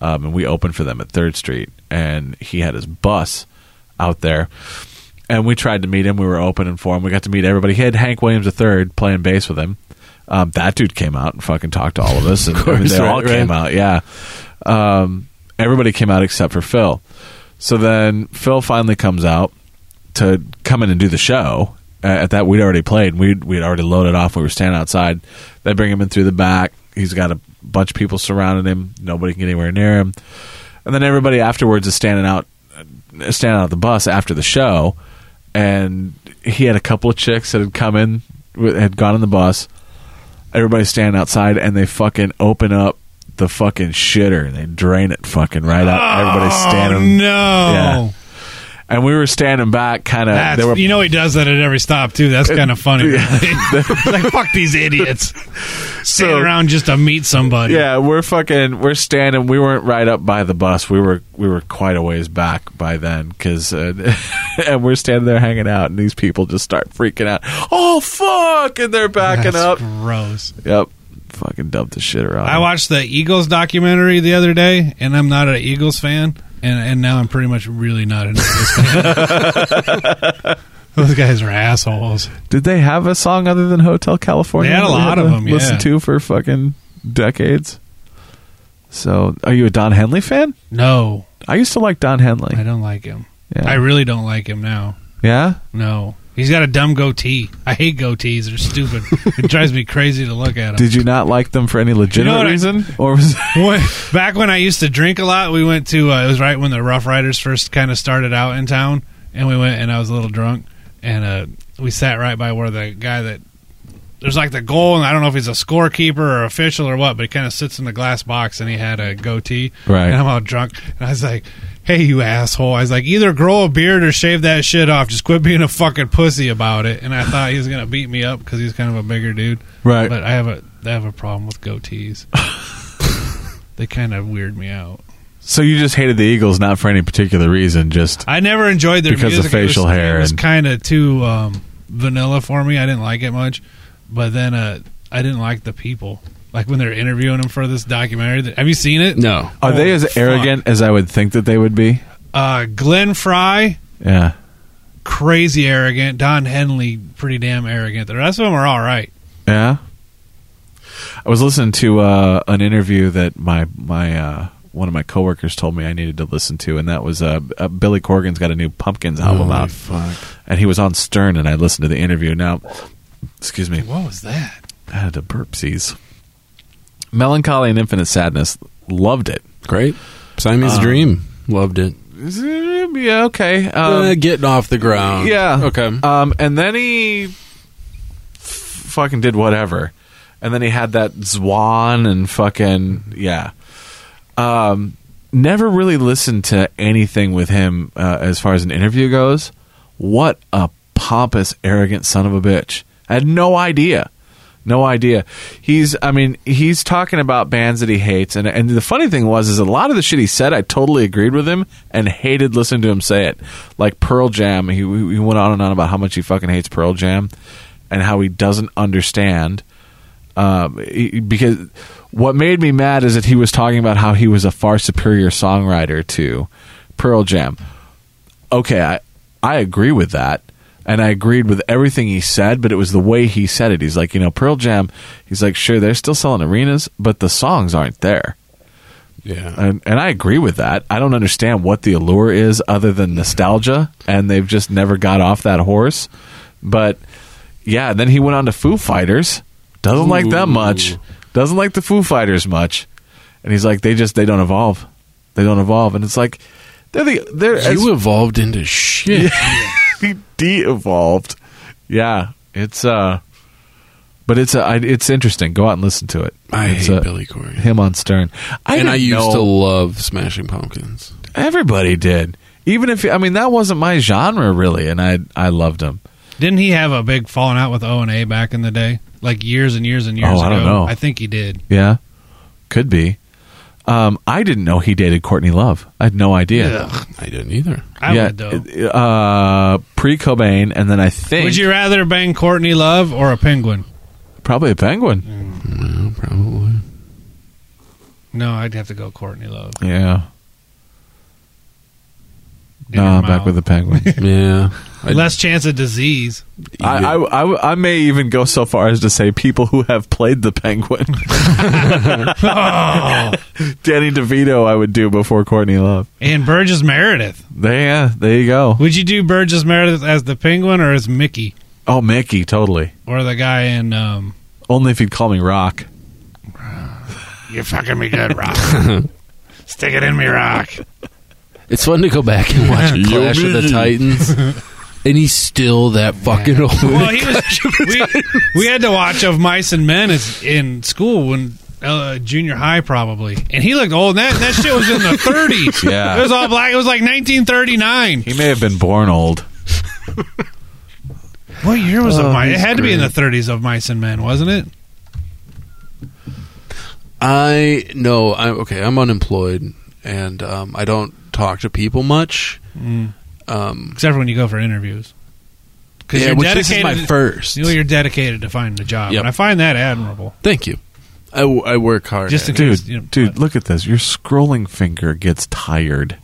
um, and we opened for them at Third Street, and he had his bus out there, and we tried to meet him. We were opening for him. We got to meet everybody. He had Hank Williams III playing bass with him. Um, that dude came out and fucking talked to all
[laughs]
of us, and I mean,
course,
they all
right,
came
right.
out. Yeah, um, everybody came out except for Phil. So then Phil finally comes out to come in and do the show. Uh, at that, we'd already played. We'd we'd already loaded off. We were standing outside. They bring him in through the back. He's got a bunch of people surrounding him. Nobody can get anywhere near him. And then everybody afterwards is standing out, uh, standing out the bus after the show. And he had a couple of chicks that had come in, w- had gone on the bus. Everybody's standing outside, and they fucking open up the fucking shitter and they drain it fucking right out. Everybody's standing.
Oh, No.
Yeah. And we were standing back, kind of.
That's,
They were
you know he does that at every stop too.
[laughs]
That's kind of funny. He's [laughs] like fuck these idiots, sitting around just to meet somebody.
Yeah, we're fucking. We're standing. We weren't right up by the bus. We were we were quite a ways back by then because uh, [laughs] and we're standing there hanging out, and these people just start freaking out. Oh fuck! And they're backing
That's
up.
Gross.
Yep, fucking dumped the shit around.
I watched the Eagles documentary the other day, and I'm not an Eagles fan, and and now I'm pretty much really not an Eagles fan. Those guys are assholes.
Did they have a song other than Hotel California?
They had a
that we
lot
to
of 'em, yeah.
Listen to for fucking decades. So, are you a Don Henley fan?
No,
I used to like Don Henley.
I don't like him.
Yeah.
I really don't like him now.
yeah.
No, he's got a dumb goatee. I hate goatees. They're stupid. it drives me crazy to look at them.
Did you not like them for any legitimate
what I-
reason, or was
Boy, back when I used to drink a lot, we went to uh, it was right when the Rough Riders first kind of started out in town, and we went and I was a little drunk, and uh, we sat right by where the guy that there's like the goal, and I don't know if he's a scorekeeper or official or what, but he kind of sits in the glass box, and he had a goatee,
[laughs] Right.
And I'm all drunk, and I was like. Hey, you asshole. I was like, either grow a beard or shave that shit off. Just quit being a fucking pussy about it. And I thought he was going to beat me up because he's kind of a bigger dude.
Right.
But I have a, I have a problem
[laughs]
with goatees they kind of weird me out.
So you just hated the Eagles, not for any particular reason, just
I never enjoyed their
Because of
music. It was-
facial hair
It was
and-
kind of too um, vanilla for me. I didn't like it much. But then uh, I didn't like the people. Like when they're interviewing him for this documentary. That, have you seen it?
no.
are they
Oh,
as
fuck.
arrogant as I would think that they would be?
Uh, Glenn Fry,
Yeah,
crazy arrogant. Don Henley, pretty damn arrogant. The rest of them are all right.
yeah. I was listening to uh, an interview that my my uh, one of my coworkers told me I needed to listen to, and that was uh, uh, Billy Corgan's got a new Pumpkins album
Holy
out,
fuck.
and he was on Stern, and I listened to the interview. Now, excuse me,
What was that?
I had a burpsies. Melancholy and Infinite Sadness loved it.
Of great. Siamese Dream. Loved it.
Yeah, okay. Um,
Uh, getting off the ground.
Yeah.
Okay.
Um, and then he f- fucking did whatever. And then he had that Zwan and fucking yeah. Um, never really listened to anything with him uh, as far as an interview goes. What a pompous, arrogant son of a bitch! I had no idea. No idea. He's, I mean, he's talking about bands that he hates, and and the funny thing was, is a lot of the shit he said, I totally agreed with him and hated listening to him say it. Like Pearl Jam, he he went on and on about how much he fucking hates Pearl Jam, and how he doesn't understand. Um, he- because what made me mad is that he was talking about how he was a far superior songwriter to Pearl Jam okay, I, I agree with that. And I agreed with everything he said, but it was the way he said it. He's like, you know, Pearl Jam, he's like, sure, they're still selling arenas, but the songs aren't there.
yeah.
And, and I agree with that. I don't understand what the allure is other than nostalgia, and they've just never got off that horse. But yeah, then he went on to Foo Fighters. Doesn't like them much. Doesn't like the Foo Fighters much. And he's like, they just they don't evolve. They don't evolve. And it's like they're the they're as-
you evolved into shit.
he de-evolved. Yeah, it's uh, but it's uh, I- it's interesting. Go out and listen to it.
I
It's,
hate
uh,
Billy Corey.
Him on Stern. I
and I
didn't
used
know-
to love Smashing Pumpkins.
Everybody did. Even if I mean that wasn't my genre really, and I I loved him.
Didn't he have a big falling out with O and A back in the day, like years and years and years
Oh,
ago?
I don't know.
I think he did.
Yeah, could be. Um, I didn't know he dated Courtney Love. I had no idea.
I didn't either.
I
yeah,
would though.
uh, pre Cobain, and then I think
would you rather bang Courtney Love or a penguin?
probably a Penguin.
Well, probably.
No, I'd have to go Courtney Love.
Yeah.
In
No,
your
I'm back
mouth.
with the Penguin.
Yeah. I-
Less chance of disease.
[laughs] I, I, I, I may even go so far as to say people who have played the penguin. [laughs] Danny DeVito, I would do before Courtney Love.
And Burgess Meredith.
There, yeah, there you go.
Would you do Burgess Meredith as the penguin or as Mickey
Oh, Mickey, totally.
or the guy in? Um,
Only if you'd call me Rock.
You're fucking me
[laughs]
good, Rock. Stick it in me, Rock.
It's fun to go back and [laughs] watch Clash of the Titans. [laughs] And he's still that fucking old.
Well, he was. we, we had to watch Of Mice and Men as, in school when uh, junior high probably, and he looked old. And that that shit was in the 30s.
[laughs] Yeah.
it was all black. It was like 1939.
He may have been born old.
What year was
Oh,
Of Mice? It
he's
had to be in the
great.
30s of Mice and Men, wasn't it?
I no, I okay. I'm unemployed, and um, I don't talk to people much. Um,
Except for when you go for interviews. Because
yeah,
you're
which this is
dedicated.
my first.
you know, you're dedicated to finding a job,
Yep.
and I find that admirable.
Thank you. I, w- I work hard.
Just
at
in
it.
case,
Dude,
you know,
dude,
but-
look at this. Your scrolling finger gets tired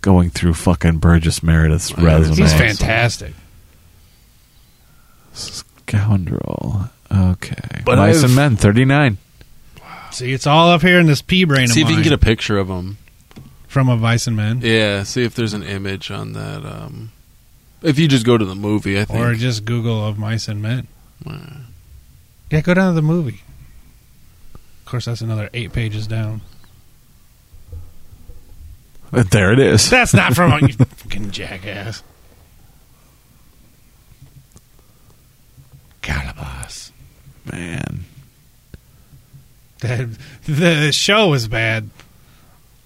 going through fucking Burgess Meredith's resume.
He's fantastic.
Scoundrel. Okay.
But
Mice
I've-
and Men, 39.
See, it's all up here in this pea brain
see
of
if you
mine
can get a picture of him.
from a Vice and Men,
Yeah, see if there's an image on that. Um, if you just go to the movie, I think.
or just Google of Mice and Men. Yeah, go down to the movie. Of course, that's another eight pages down.
Uh, There it is.
That's not
[laughs]
from a you fucking jackass. Calabas.
Man.
The, the show was bad.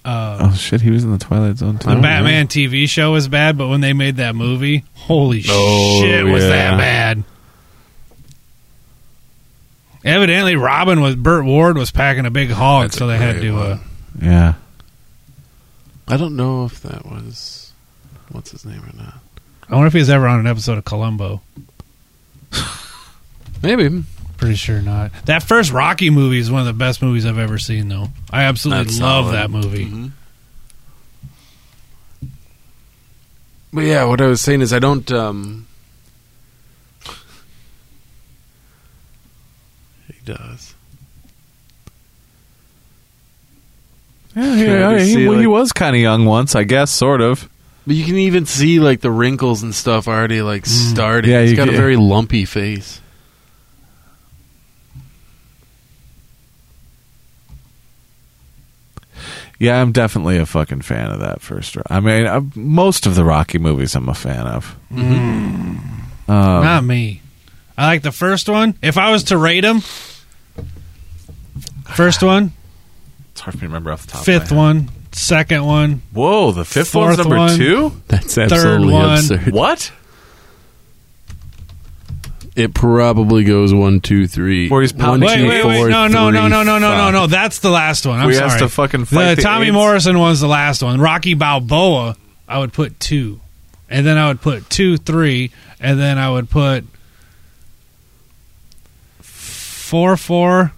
Uh,
Oh, shit. He was in the Twilight Zone, too.
the
Mm-hmm.
Batman TV show was bad, but when they made that movie, holy
Oh,
shit, was
yeah.
that bad. Evidently, Robin was Burt Ward was packing a big hog,
That's a
so they had
great
to. Uh,
one.
Yeah.
I don't know if that was what's his name or not.
I wonder if he was ever on an episode of Columbo.
Maybe
Pretty sure not. That first Rocky movie is one of the best movies I've ever seen, though. I absolutely
That's
love
solid. Mm-hmm.
that movie.
But yeah, what I was saying is I don't. um [laughs] He does.
Yeah,
yeah, yeah,
he,
see,
well, he
like-
was kind of young once, I guess, sort of.
But you can even see like the wrinkles and stuff already
Mm.
like starting.
Yeah,
He's
you
got
can-
a very lumpy face.
Yeah, I'm definitely a fucking fan of that first. Ro- I mean, I, most of the Rocky movies I'm a fan of.
Mm-hmm.
Uh,
Not me. I like the first one. If I was to rate them, first one,
It's hard for me to remember off the top.
fifth
of my head.
one, second one,
Whoa, the fifth one's
Fourth
number
one.
two.
That's absolutely
one.
absurd.
What?
It probably goes one, two, three.
Where he's pounding-
One,
Wait,
two,
wait, wait!
four,
No, no, no,
three,
no, no, no, no,
five.
no! That's the last one. I'm
We has
sorry.
to fucking fight the
Tommy
AIDS.
Morrison one's the last one. Rocky Balboa, I would put two, and then I would put two, three, and then I would put four, four,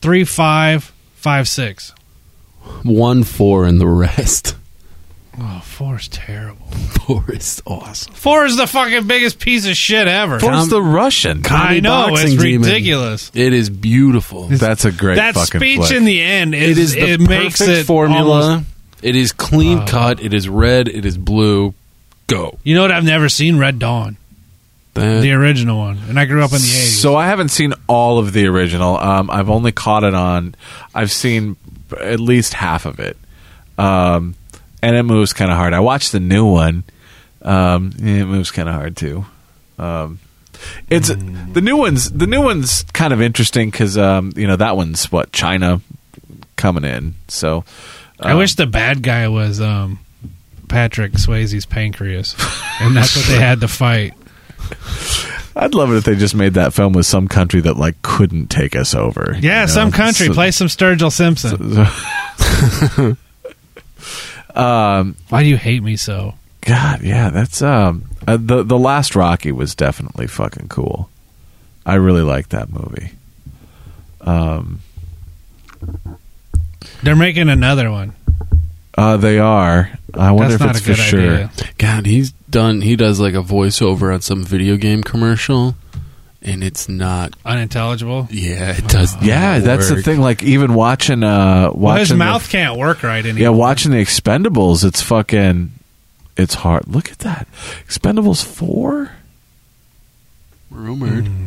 three, five, five, six.
One, four, and the rest. [laughs]
Oh, four is terrible.
Four is awesome.
Four is the fucking biggest piece of shit ever.
Four's
Com-
the Russian.
I
Comedy
know it's
boxing demon.
ridiculous.
It is beautiful.
That's a great
That
fucking
speech
flick.
in the end is,
it is the
it
perfect
makes it
formula.
almost-
it is clean cut. It is red. It is blue. Go.
you know what? I've never seen Red Dawn.
That-
the original one, and I grew up in the eighties.
So I haven't seen all of the original. Um, I've only caught it on. I've seen at least half of it, um, and it moves kind of hard. I watched the new one. Um, and it moves kind of hard too. Um, it's the new ones. The new ones kind of interesting because um, you know that one's what China coming in. So uh,
I wish the bad guy was um, Patrick Swayze's pancreas, and that's what they had to fight.
I'd love it if they just made that film with some country that like couldn't take us over.
[laughs] Yeah,
you know?
some country
So-
play some Sturgill Simpson.
[laughs] um,
Why do you hate me so?
God, yeah, that's um uh, the the last Rocky was definitely fucking cool. I really like that movie. Um,
They're making another one.
Uh, they are. I wonder
That's not
if
a
it's for
good
sure.
idea.
God, he's done. He does like a voiceover on some video game commercial, and it's not.
Unintelligible.
Yeah, it does.
Yeah,
not
that's the
work.
thing. Like even watching uh watching
Oh, Well, his
the-
mouth can't work right anymore.
yeah, watching the Expendables, it's fucking it's hard. Look at that. Expendables
[laughs]
4?
Rumored.
Hmm.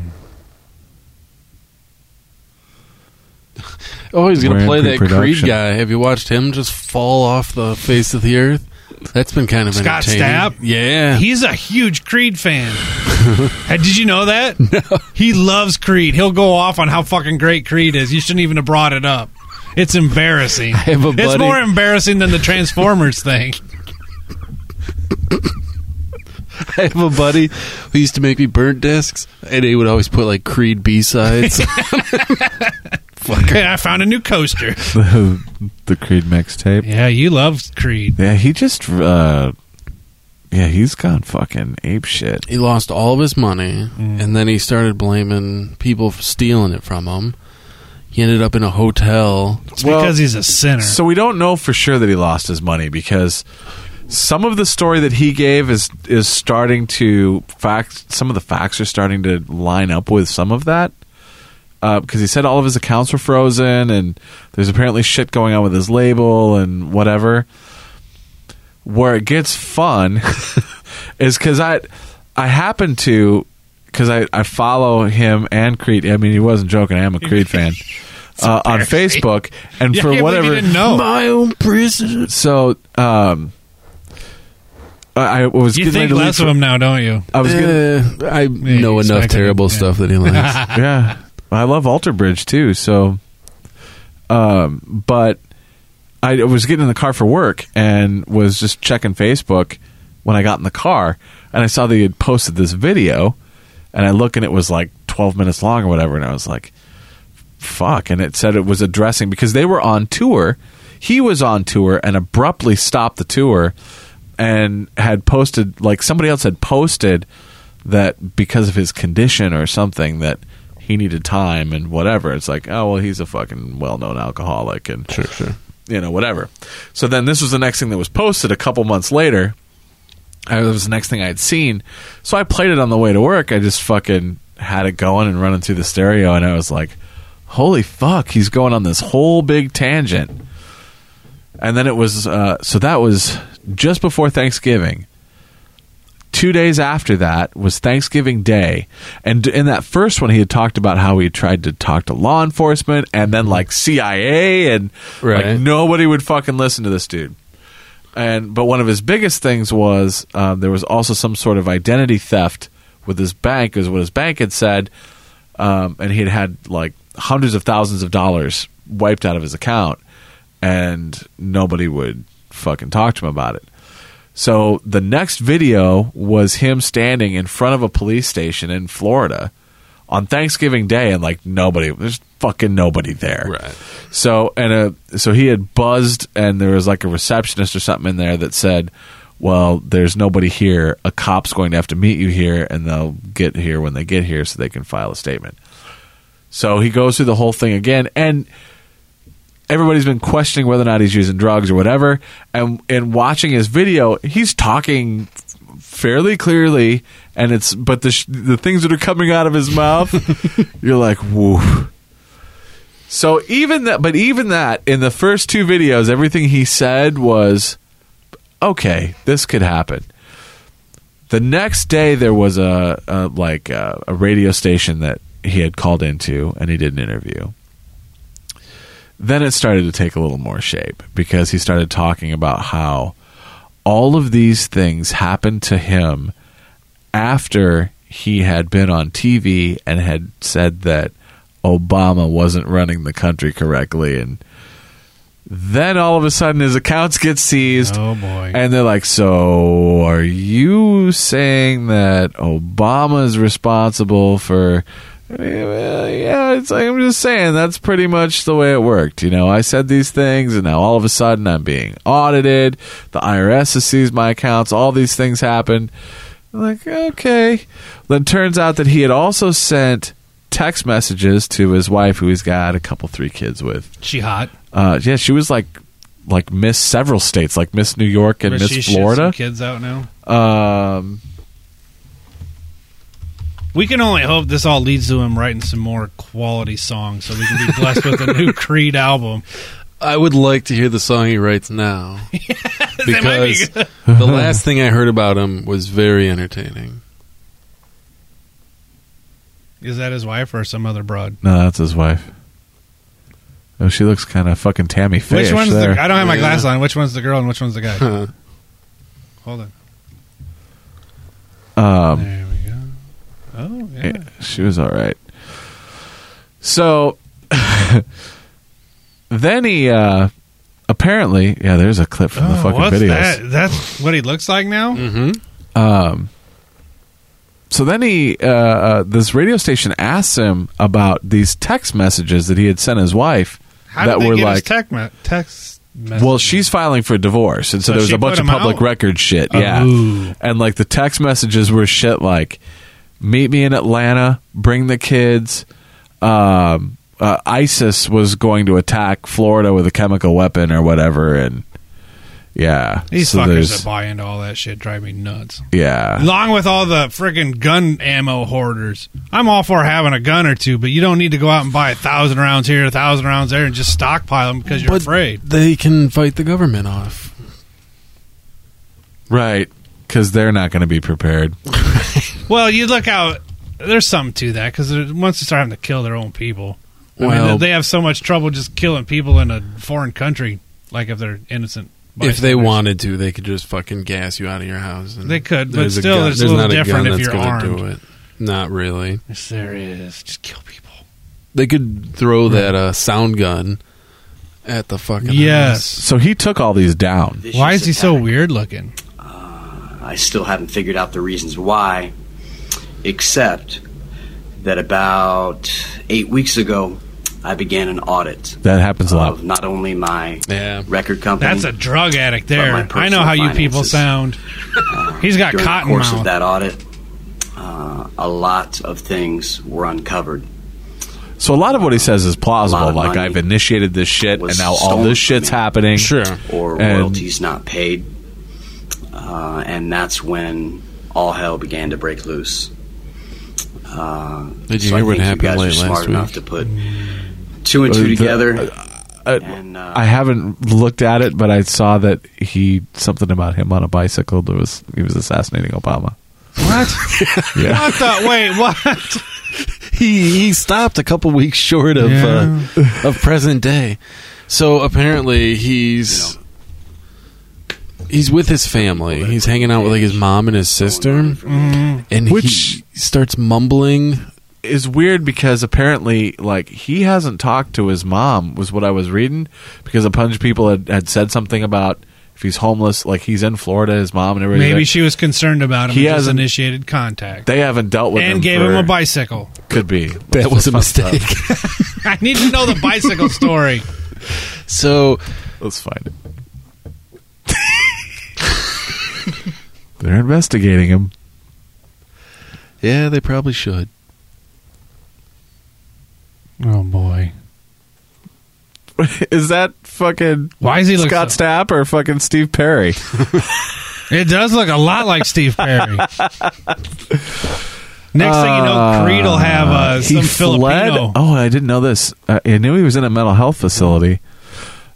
Oh, he's
We're
gonna
in
play that Creed
pre-production.
guy. Have you watched him just fall off the face of the earth? That's been kind of
Scott
entertaining.
Stapp?
Yeah,
He's a huge Creed fan. Hey, Did you
[laughs]
know that? No. He loves Creed. He'll go off on how fucking great Creed is. You shouldn't even have brought it up. It's embarrassing.
[laughs]
have a
It's
buddy-
more embarrassing than the Transformers thing.
[laughs] I have a buddy who used to make me burnt discs, and he would always put like Creed B
[laughs]
sides.
Hey, [laughs] I found a new coaster.
The, the Creed mixtape.
Yeah, you love Creed.
Yeah, he just uh yeah, he's gone fucking ape shit.
he lost all of his money
Hmm.
and then he started blaming people for stealing it from him he ended up in a hotel
It's
Well,
because he's a sinner.
So we don't know for sure that he lost his money because some of the story that he gave is is starting to facts. Some of the facts are starting to line up with some of that because he said all of his accounts were frozen and there's apparently shit going on with his label and whatever. Where it gets fun [laughs] is because I I happen to because I, I follow him and Creed. I mean, he wasn't joking. I am a
[laughs]
Creed fan. Uh, on Facebook, and
[laughs] Yeah, I
for
can't believe
whatever,
you didn't know.
my own prison
so um I I was
you
getting
think
ready to leave Uh,
less of
for-
him now, don't you?
I was getting,
Eh, i
Yeah,
know
you
enough
smack it,
terrible
yeah.
stuff that he
[laughs]
likes
[laughs] yeah. I love Alter Bridge too, so um but I was getting in the car for work and was just checking Facebook when I got in the car and I saw that he had posted this video and I look and it was like 12 minutes long or whatever and I was like fuck and it said it was addressing because they were on tour he was on tour and abruptly stopped the tour and had posted like somebody else had posted that because of his condition or something that he needed time and whatever it's like oh well he's a fucking well-known alcoholic and
sure sure
you know whatever so then this was the next thing that was posted a couple months later I, it was the next thing I'd seen. So I played it on the way to work. I just fucking had it going and running through the stereo, and I was like, "Holy fuck!" He's going on this whole big tangent. And then it was uh, so that was just before Thanksgiving. two days after that was Thanksgiving Day, and in that first one, he had talked about how he tried to talk to law enforcement and then like CIA and
Right.
like nobody would fucking listen to this dude. And but one of his biggest things was um, there was also some sort of identity theft with his bank, is what his bank had said, um, and he had had like hundreds of thousands of dollars wiped out of his account, and nobody would fucking talk to him about it. So the next video was him standing in front of a police station in Florida on Thanksgiving Day, and like nobody, there's fucking nobody there.
Right.
So and uh so he had buzzed, and there was like a receptionist or something in there that said, "Well, there's nobody here. A cop's going to have to meet you here, and they'll get here when they get here, so they can file a statement." So he goes through the whole thing again, and everybody's been questioning whether or not he's using drugs or whatever. And and watching his video, he's talking fairly clearly, and it's but the sh- the things that are coming out of his mouth, you're like, woo. So even that, but even that in the first two videos, everything he said was okay. This could happen. The next day, there was a, a like a, a radio station that he had called into, and he did an interview then it started to take a little more shape because he started talking about how all of these things happened to him after he had been on TV and had said that Obama wasn't running the country correctly and then all of a sudden his accounts get seized
Oh, boy.
and they're like so are you saying that Obama is responsible for well, yeah, it's like, I'm just saying that's pretty much the way it worked. You know, I said these things, and now all of a sudden I'm being audited. The IRS has seized my accounts. All these things happened. I'm like, okay. Then turns out that he had also sent text messages to his wife, who he's got a couple, three kids with.
She hot.
Uh, yeah, she was like, like Miss several states, like Miss New York and
But she
Miss
shits some
Florida.
Kids out now.
Um,
We can only hope this all leads to him writing some more quality songs, so we can be blessed with a
[laughs]
new Creed album.
I would like to hear the song he writes [laughs] now
That might be
because
good. [laughs]
the last thing I heard about him was very entertaining.
Is that his wife or some other broad?
no, that's his wife. Oh, she looks kind of fucking Tammy Faye.
which one's
there.
the? I don't have my
Yeah.
glasses on. Which one's the girl and which one's the guy?
Huh.
Hold on.
Um, eh,
There we go. Oh yeah.
Yeah, she was all right. So [laughs] then he uh apparently yeah, there's a clip from the
Oh,
fucking
what's
videos. Mm-hmm.
that? That's what he looks like now.
Um so then he uh, uh this radio station asks him about these text messages that he had sent his wife
How
that
did they
were
get his
like
tech me- text message?
well, she's filing for divorce, and so,
So
there's
she
a bunch
put
of
him
public
out? Oh.
record shit. Yeah,
Ooh.
and like the text messages were shit like, "Meet me in Atlanta, bring the kids." Um, uh, ISIS was going to attack Florida with a chemical weapon or whatever, and yeah,
these
so
fuckers
there's-
that buy into all that shit drive me nuts.
yeah,
Along with all the friggin' gun ammo hoarders, I'm all for having a gun or two, but you don't need to go out and buy a thousand rounds here, a thousand rounds there, and just stockpile them because you're
But
afraid.
They can fight the government off.
right, because they're not going to be prepared.
Well, you look out. There's something to that because once they start having to kill their own people, I
Well-
mean, they have so much trouble just killing people in a foreign country, like if they're innocent.
If they
bystanders.
wanted to, they could just fucking gas you out of your house. and
They could, but
there's a
still,
gun-
it's a little
not
different
gun
if
that's
you're
gonna
armed.
Do it. Not really.
Yes, there is. Just kill people.
They could throw that uh, sound gun at the fucking
Yes.
So he took all these down.
vicious
Why is he so
attack.
weird looking?
I still haven't figured out the reasons why, except that about eight weeks ago, I began an audit
That happens a lot.
of not only my
house. Yeah.
record company.
That's a drug addict there.
But my
I know how you
personal
people
finances. Uh,
sound. He's got
During
cotton
the course
mouth.
of that audit, uh, a lot of things were uncovered.
So a lot of what he says is plausible.
of
Like
money
I've initiated this shit,
was
and now all
stolen
this shit's
from me.
happening.
Sure.
or
And-
royalties not paid. Uh, and that's when all hell began to break loose. Uh,
Did you
so
hear
I
what
think
happened
you guys
late
were smart
last
enough
week?
to put two and
Uh,
two
the-
together.
uh,
and uh,
I haven't looked at it, but I saw that he something about him on a bicycle. That was he was assassinating Obama.
What?
Yeah.
What the?
[laughs]
Wait, what?
he he stopped a couple weeks short of
Yeah.
uh, of present day. So apparently he's he's with his family. He's hanging out with like his mom and his sister, and
Which-
he starts mumbling.
is weird because apparently, like, he hasn't talked to his mom, was what I was reading, because a bunch of people had, had said something about if he's homeless, like, he's in Florida, his mom and everybody.
Maybe she was concerned about him.
He
He has
hasn't-
initiated contact
They haven't dealt with him.
and gave
for-
him a bicycle. [laughs]
Could be.
That was a
Let's look
mistake. [laughs]
up.
I need to know the bicycle story.
So
Let's find it. [laughs] They're investigating him.
yeah, they probably should.
Oh boy,
Is that fucking
why does he look?
Scott
so-
Stapp or fucking Steve Perry?
it does look a lot like
[laughs]
Steve Perry. Next thing you know, Creed'll have uh, some Filipino.
Oh, I didn't know this. I I knew he was in a mental health facility.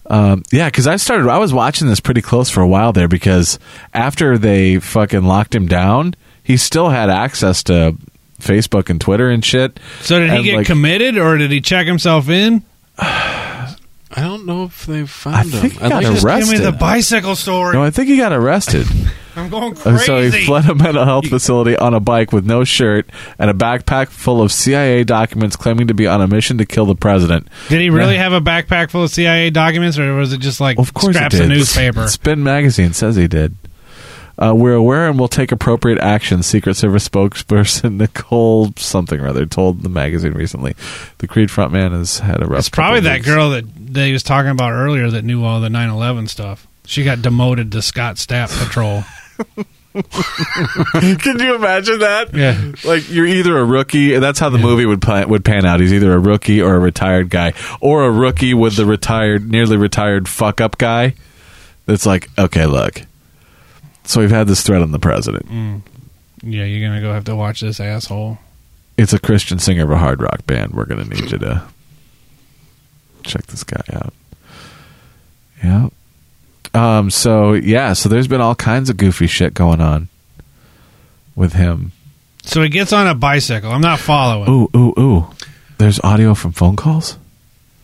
Um, yeah, because I started. I was watching this pretty close for a while there because after they fucking locked him down, he still had access to Facebook and Twitter and shit.
so did he
and,
get
like-
committed, or did he check himself in?
I don't know if they found
I
him.
think he
I'd
got
like to-
arrested.
Give me the bicycle story.
No, I think he got arrested.
I'm going crazy.
Uh, So he fled a mental health facility on a bike with no shirt and a backpack full of CIA documents claiming to be on a mission to kill the president.
Did he really
Yeah.
have a backpack full of CIA documents, or was it just like
Well, of course,
scraps
he
of
did. [laughs]
newspaper?
Spin magazine says he did. Uh, we're aware and will take appropriate action. Secret Service spokesperson [laughs] Nicole something or other told the magazine recently. The Creed frontman has had a rough.
It's probably
couple
that
weeks.
girl that that he was talking about earlier that knew all the 9/11 stuff. She got demoted to Scott Stapp
[laughs]
Patrol.
Can you imagine that?
Yeah.
Like you're either a rookie, and that's how the movie would plan, would pan out. He's either a rookie or a retired guy, or a rookie with the retired, nearly retired fuck up guy. That's like, okay, look. So we've had this threat on the president.
Yeah, you're gonna go have to watch this asshole.
It's a Christian singer of a hard rock band. We're gonna need you to check this guy out. Yeah. Um. So yeah. So there's been all kinds of goofy shit going on with him.
So he gets on a bicycle. I'm not following.
Ooh, ooh, ooh. There's audio from phone calls?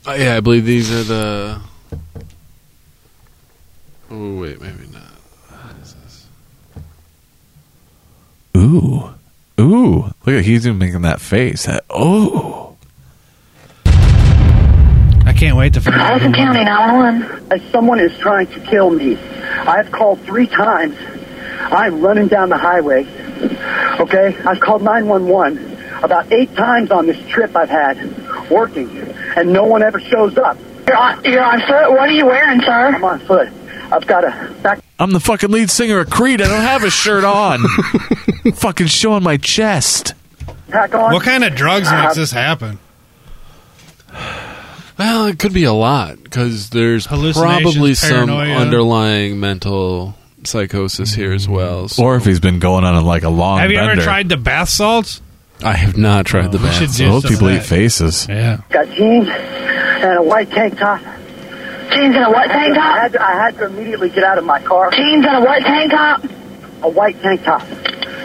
Uh, yeah, I believe these are the. Oh wait, maybe not.
Ooh. Ooh. Look at he's even making that face. That oh.
I can't wait to find out.
Allison
who won
County
it.
911. Uh, Someone is trying to kill me. I've called three times. I'm running down the highway. Okay? I've called 911 about eight times on this trip I've had, working, and no one ever shows up.
You're on, you're on foot? What are you wearing, sir?
I'm on foot. I've got a back
I'm the fucking lead singer of Creed. I don't have a
[laughs]
shirt on. fucking showing my chest.
pack on.
What kind of drugs
Uh,
makes this happen?
Well, it could be a lot because there's
Hallucinations,
probably some
paranoia.
underlying mental psychosis here as well. So
Or if he's been going on like a long
Have you ever
bender.
tried the bath salts?
I have not tried the
we should
bath.
do
Those
some
Oh, people
of
eat
that.
faces.
Yeah.
Got jeans and a white tank top.
Jeans and a what tank
I
top?
had, to, I had to immediately get out of my car.
Jeans and a what tank top?
A white tank top.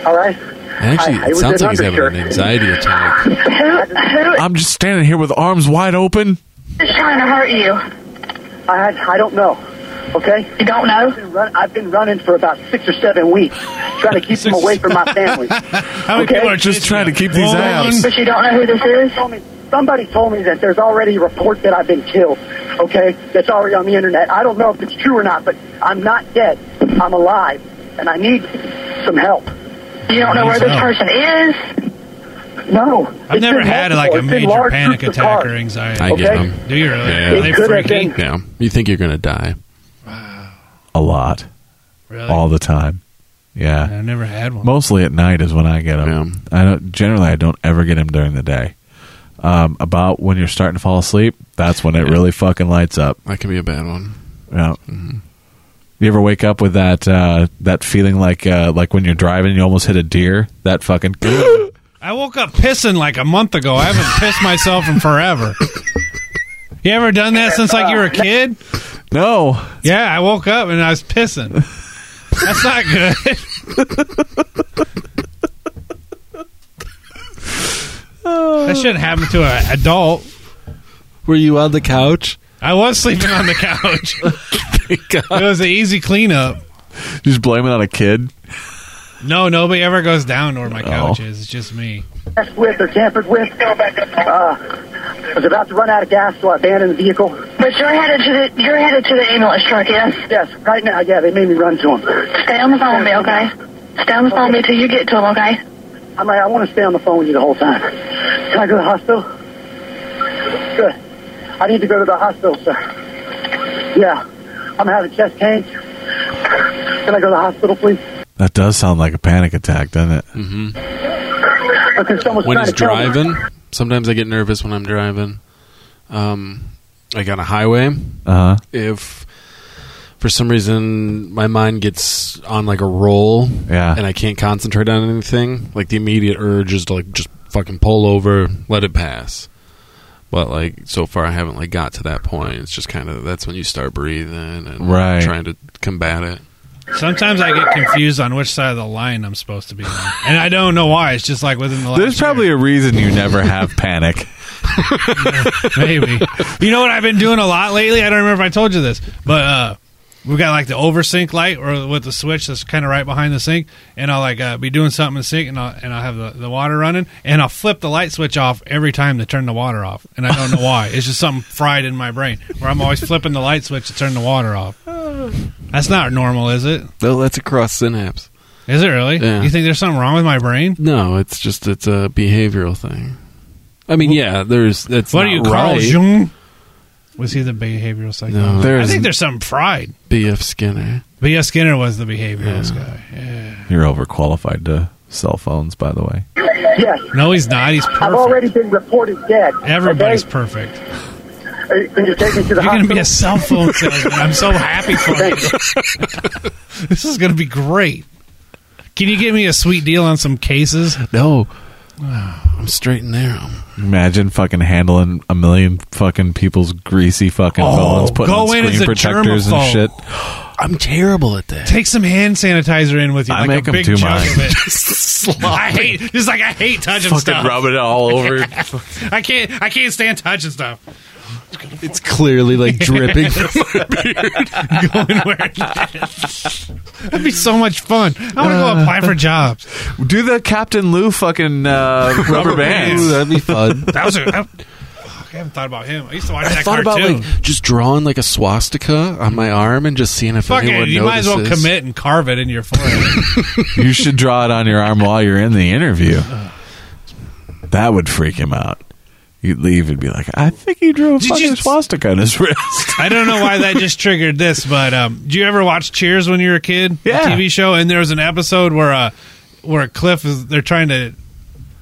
All right?
Actually,
I- I
it
was
sounds
in
like he's having an
undershirt. [laughs]
anxiety attack.
Who, who
I'm just standing here with arms wide open.
is trying to hurt you?
I had, I don't know. Okay?
You don't know?
been run, I've been running for about six or seven weeks, trying to keep them away
[laughs]
from my
[laughs]
family.
How many
Okay.
people are
Just
chasing
trying to
you?
keep these
One,
abs.
But you don't know who this is?
Told me- Somebody told me that there's already a report that I've been killed. Okay, that's already on the internet. I don't know if it's true or not, but I'm not dead. I'm alive, and I need some help.
You don't know where this person is?
No,
I've
it's
never
been
had
multiple.
like a
It's been
major
large
panic
groups of
attack
cars.
or anxiety.
I get
Okay.
them.
Do you really?
Yeah.
Are
It
they
could have
freaky?
been-
Yeah, you think you're gonna die?
A lot.
Really?
All the time. Yeah.
I've never had one.
Mostly at night is when I get them. I don't generally I don't ever get them during the day. Um, about when you're starting to fall asleep, that's when it really fucking lights up.
That could be a bad one.
Yeah.
Mm-hmm.
You ever wake up with that uh, that feeling like uh, like when you're driving, you almost hit a deer? That
[laughs]
fucking [laughs]
I woke up pissing like a month ago. I haven't pissed myself in forever. You ever done that since like you were a kid?
no.
Yeah,
[laughs]
I woke up and I was pissing. That's not good. That shouldn't happen to an adult.
Were you on the couch?
I was sleeping on
[laughs]
the couch. It was an easy cleanup.
Just blame it on a kid.
No, nobody ever goes down where
Oh.
my couch is. It's just me.
messed with or tampered with. Uh, I was about to run out of gas, so I abandoned the vehicle.
But you're headed to the you're headed to the ambulance truck, yes?
Yes, right now, yeah, they made me run to him.
Stay on the phone with me, okay? Stay on the phone with me till you get to him, okay?
I'm like, I want to stay on the phone with you the whole time. Can I go to the hospital? Good. I need to go to the hospital, sir. Yeah, I'm having chest pains. Can I go to the hospital, please?
That does sound like a panic attack, doesn't it?
Because someone's
When
trying
he's
to kill me.
driving, sometimes I get nervous when I'm driving. Um, like on a highway,
Uh huh.
if for some reason my mind gets on like a roll
Yeah.
and I can't concentrate on anything, like the immediate urge is to like just fucking pull over, let it pass. But like so far I haven't like got to that point. It's just kind of that's when you start breathing and
Right.
trying to combat it.
Sometimes I get confused on which side of the line I'm supposed to be on, and I don't know why. It's just like within the.
There's
last year.
probably a reason you never have panic.
Maybe. You know what I've been doing a lot lately? I don't remember if I told you this, but uh we've got like the over sink light or with the switch that's kind of right behind the sink, and I'll like uh, be doing something in the sink, and I'll and I'll have the, the water running, and I'll flip the light switch off every time they turn the water off, and I don't know why. It's just something fried in my brain where I'm always flipping the light switch to turn the water off. That's not normal, is it?
No, that's a cross synapse.
Is it really?
Yeah.
You think there's something wrong with my brain?
No, it's just it's a behavioral thing. I mean, yeah, there's that's
What
not
do you call
right.
Jung? Was he the behavioral psychologist?
there
I
is-
think there's something fried.
BF Skinner.
B.S. Skinner was the behavioralist guy. Yeah.
You're overqualified to cell phones, by the way.
Yes,
No, he's not. He's perfect.
I've already been reported dead.
Everybody's
okay?
perfect.
Are you- Can you take me to the
You're going to
hospital?
be a cell phone salesman. I'm so happy for you. [laughs] this is going to be great. Can you give me a sweet deal on some cases?
No, I'm straight and narrow.
Imagine fucking handling a million fucking people's greasy fucking
Oh,
phones, putting
go
on
in
screen
as a
protectors and
germaphobe.
shit.
I'm terrible at that.
Take some hand sanitizer in with you.
I
like
make
a
'em
big
do
chunk
mine.
Of it. I hate. Just like I hate touching
Fucking
stuff.
rubbing it all
[laughs]
over.
I can't. I can't stand touching stuff.
It's clearly like
[laughs]
dripping.
Going where? it lands. That'd be so much fun. I want to go apply for jobs.
Do the Captain Lou fucking
[laughs]
uh, rubber
bands.
bands.
That'd be fun.
[laughs]
That was a. That, I haven't thought about him. I used to watch
I
that
thought about
cartoon.
like just drawing like a swastika on my arm and just seeing if
Fuck
anyone
it. You might as
notices.
well commit and carve it in your forehead.
You should draw it on your arm while you're in the interview. That would freak him out. You'd leave and be like, I think he drew a
Did
fucking
you-
swastika on his [laughs] wrist.
I don't know why that just triggered this, but um, do you ever watch Cheers when you were a kid? The
Yeah.
TV show, and there was an episode where uh, where Cliff is they're trying to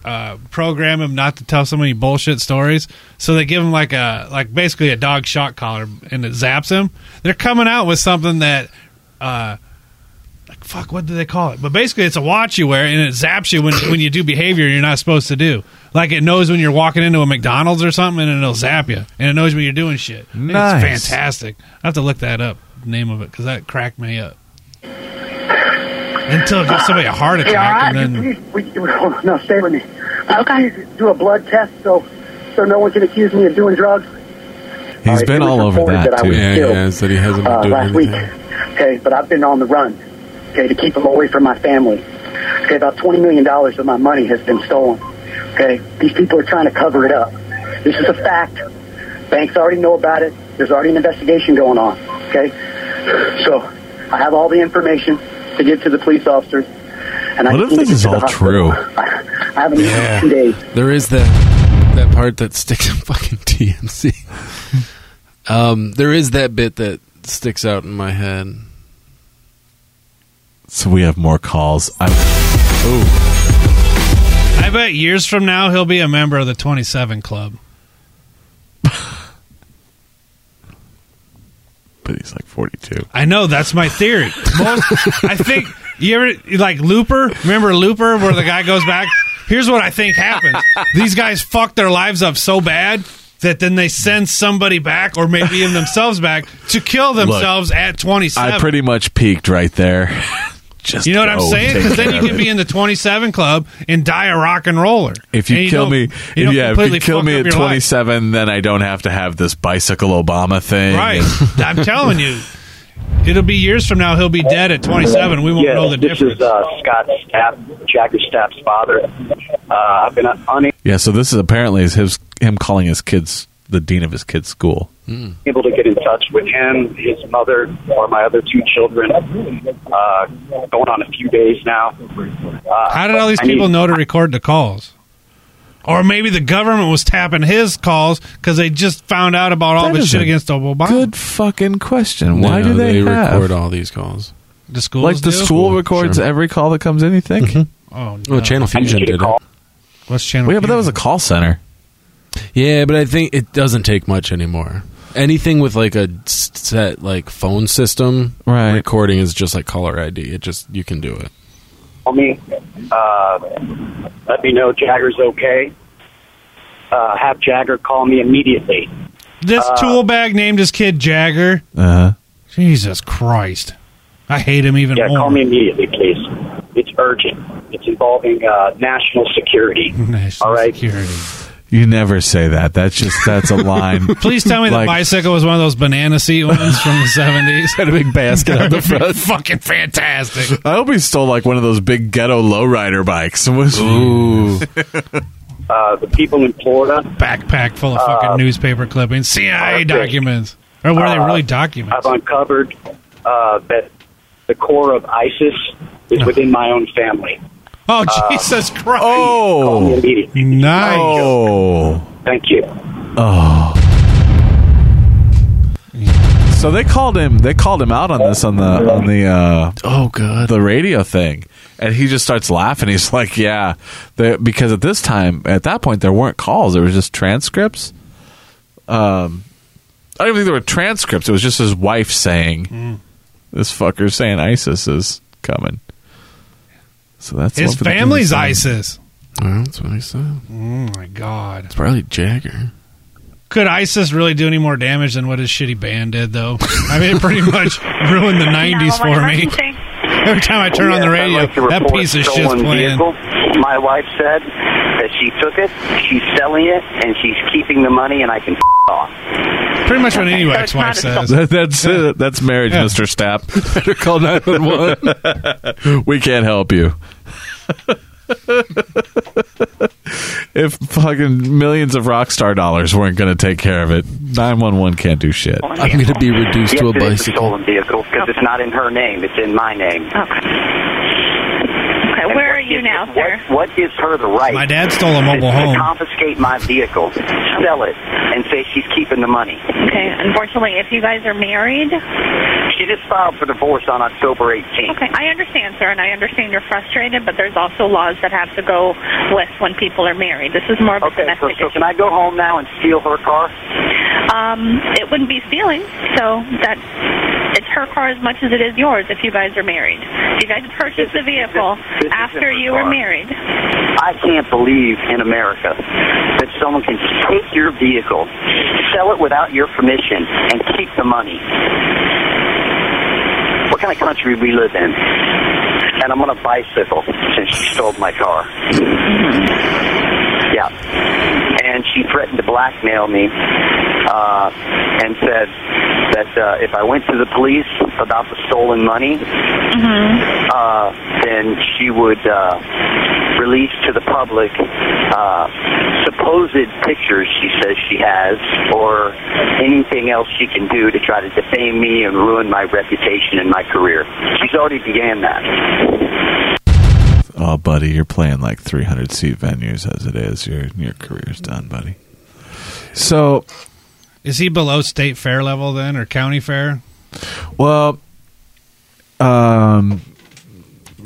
uh, program him not to tell so many bullshit stories. So they give him like a like basically a dog shock collar, and it zaps him. They're coming out with something that. Uh, like, Fuck! What do they call it? But basically, it's a watch you wear, and it zaps you when when you do behavior you're not supposed to do. Like it knows when you're walking into a McDonald's or something, and it'll zap you, and it knows when you're doing shit.
Nice.
It's fantastic. I have to look that up, name of it, because that cracked me up. Until it gives somebody a heart
You
attack,
all right?
and then
Please, we, hold on, no, stay with me.
Okay.
Please do a blood test so so no one can accuse me of doing drugs.
He's
All right,
been
it was
all over
reported
that,
I was
too.
Yeah,
killed,
yeah, said he hasn't been
uh,
doing
last
anything.
week. Okay, but I've been on the run. Okay, to keep them away from my family. Okay, about twenty million dollars of my money has been stolen. Okay, these people are trying to cover it up. This is a fact. Banks already know about it. There's already an investigation going on. Okay, so I have all the information to give to the police officers. And I
What
just
if
need
this
to
is
get to the
all true?
hospital. I haven't eaten in two days.
There is that that part that sticks in [laughs] fucking TMC. um, there is that bit that sticks out in my head.
So we have more calls. I,
I bet years from now he'll be a member of the 27 Club.
but he's like 42.
I know that's my theory. Most, I think you ever like Looper. Remember Looper, where the guy goes back. Here's what I think happens: these guys fuck their lives up so bad that then they send somebody back, or maybe even themselves back, to kill themselves at 27.
I pretty much peaked right there. [laughs] Just
You know what I'm
go
saying?
Oh, take
Because then
care
you
of
can
it.
be in the 27 club and die a rock and roller.
If you,
And
kill
don't-
me,
you don't
yeah, if you
completely
kill
fuck
me
up
at
your life.
27, then I don't have to have this bicycle Obama thing. and-
Right. I'm telling you. It'll be years from now. He'll be dead at 27. We won't
Yes,
know the
this
difference.
is uh, Scott Stapp, Jackie Stapp's father. Uh, I've been unable
Yeah, so this is apparently is his him calling his kids the dean of his kids' school.
to get in touch with him, his mother, or my other two children. Uh, going on a few days now. Uh,
How did all these
I need-
people know to record the calls? Or maybe the government was tapping his calls because they just found out about all
That
the
is
shit
a
against Obama.
Good fucking question. Why
No,
do they, have
record all these calls?
The schools
like the
do?
school records
Sure.
every call that comes in? You think?
Oh, no.
Well, Channel
I need
Fusion
you to
did it.
call
What's channel?
Well, yeah, but that was a
Fusion?
call center.
Yeah, but I think it doesn't take much anymore. Anything with like a s- set like phone system
Right.
recording is just like caller ID. It just you can do it.
me. Uh, let me know Jagger's okay. Uh, have Jagger call me immediately.
This
Uh,
tool bag named his kid Jagger.
Uh,
Jesus Christ. I hate him even
Yeah,
more.
call me immediately, please. It's urgent. It's involving uh, national
[laughs]
security.
National
All right.
Security.
you never say that. That's just that's a line.
[laughs] Please
[laughs]
tell me
Like-
the bicycle was one of those banana seat ones from the
[laughs]
70s.
Had a big basket
[laughs]
on the front.
[laughs] Fucking fantastic.
I hope he stole like one of those big ghetto lowrider bikes. [laughs] and was-
Ooh,
Uh, the people in Florida
Backpack full
Uh,
of fucking newspaper clippings, CIA documents. Or were they really
Uh, I've
documents?
uncovered uh, that the core of ISIS is within my own family.
Oh, [laughs] Jesus Christ.
Call me
Oh,
immediately.
Nice.
oh.
Thank you.
So they called him. They called him out on this on the on the uh,
oh god.
the radio thing, and he just starts laughing. He's [laughs] like, "Yeah," they, because at this time, at that point, there weren't calls. There was just transcripts. Um, I don't even think there were transcripts. It was just his wife saying,
Hmm.
"This fucker's saying ISIS is coming." So that's
His
what the-
family's ISIS.
Well, that's what I said.
Oh, my God.
It's probably Jagger.
Could ISIS really do any more damage than what his shitty band did, though? I mean, it pretty much ruined the 90s for [laughs] me. Every time I turn on the
Yes, I'd
radio,
like to
that
report
piece of shit's
stolen
playing.
vehicle. My wife said that she took it, she's selling it, and she's keeping the money, and I can f- off.
Pretty much what any
So it's
ex wife
not a
says.
That- that's it. That's marriage,
Yeah.
Mister Stapp. Better call nine one one. We can't help you. if fucking millions of rock star dollars weren't going to take care of it, nine one one can't do shit.
I'm going to be reduced
Yes,
to a
it is a
bicycle.
stolen vehicle because it's not in her name; it's in my name.
Okay. Okay,
And
where
what
are you
gives-
now,
what-
sir?
What gives her the right?
My dad stole a mobile
to
home.
confiscate my vehicle, sell it, and say she's keeping the money.
Okay, unfortunately, if you guys are married,
She just filed for divorce on October 18th.
okay, I understand, sir, and I understand you're frustrated, but there's also laws that have to go with when people are married. This is more of a
Okay, so,
domestic
so
issue.
can I go home now and steal her car?
Um, it wouldn't be stealing, so that it's her car as much as it is yours if you guys are married. You guys purchased the vehicle
This isn't
after
her
you were
car.
married.
I can't believe in America that someone can take your vehicle, sell it without your permission, and keep the money. What kind of country we live in? And I'm on a bicycle since she stole my car. Yeah. And she threatened to blackmail me uh, and said that uh, if I went to the police about the stolen money, uh, then she would uh, release to the public uh, supposed pictures she says she has or anything else she can do to try to defame me and ruin my reputation and my career. She's already began that.
Oh, buddy, you're playing like 300 seat venues as it is. Your your career's done, buddy. So,
Is he below state fair level then, or county fair?
well, um,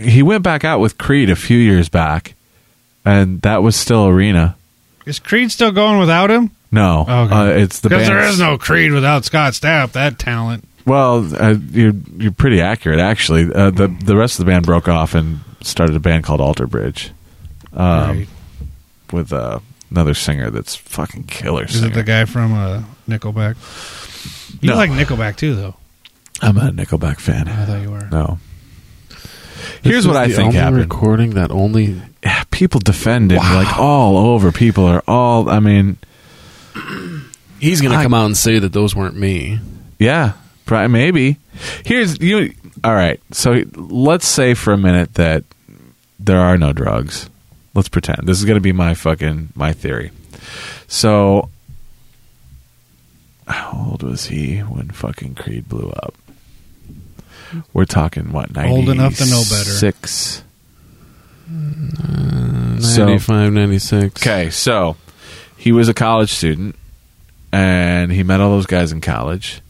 he went back out with Creed a few years back, and that was still arena.
Is Creed still going without him?
No,
Okay.
uh, it's the
Because there
band's-
is no Creed without Scott Stapp. That talent.
Well, uh, you're you're pretty accurate actually. Uh, the the rest of the band broke off and started a band called Alter Bridge Um, uh,
Right.
with uh, another singer that's fucking killer.
Is it the
singer.
guy from uh, Nickelback? You
No.
like Nickelback too, though.
I'm not a Nickelback fan.
I thought you were.
No. Here's what I
the
think
only
happened.
Recording that only
Yeah, people defended like all over. People are all. I mean,
he's going
I-
to come out and say that those weren't me.
Yeah, probably, maybe. Here's you. All right, so let's say for a minute that there are no drugs. Let's pretend this is going to be my fucking my theory. So, how old was he when fucking Creed blew up? We're talking what ninety
Old enough to know better.
Six. So-
95, 96.
Okay, so he was a college student, and he met all those guys in college,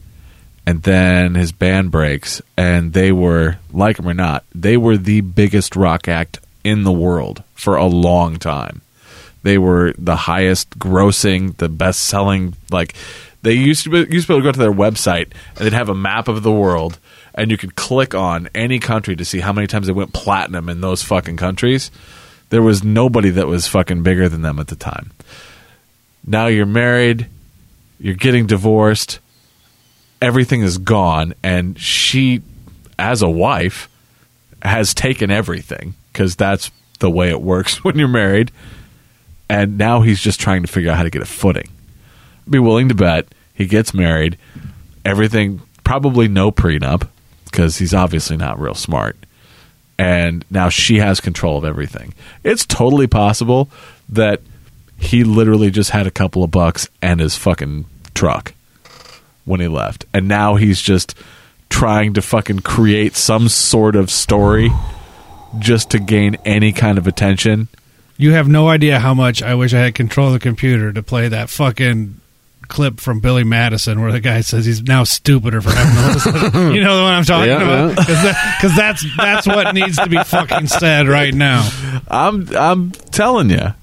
and then his band breaks, and they were like him or not, they were the biggest rock act in the world for a long time. They were the highest grossing, the best selling. Like they used to be, used to be able to go to their website and they'd have a map of the world, and you could click on any country to see how many times they went platinum in those fucking countries. There was nobody that was fucking bigger than them at the time. Now you're married, you're getting divorced, everything is gone, and she, as a wife, has taken everything because that's the way it works [laughs] when you're married. And now he's just trying to figure out how to get a footing. I'd be willing to bet he gets married, everything, probably no prenup because he's obviously not real smart. And now she has control of everything. It's totally possible that he literally just had a couple of bucks and his fucking truck when he left. And now he's just trying to fucking create some sort of story just to gain any kind of attention.
You have no idea how much I wish I had control of the computer to play that fucking clip from Billy Madison where the guy says he's now stupider for having to
[laughs]
listen. you know the one I'm talking
Yeah,
about? Because that's that's what needs to be fucking said right now.
I'm I'm telling you,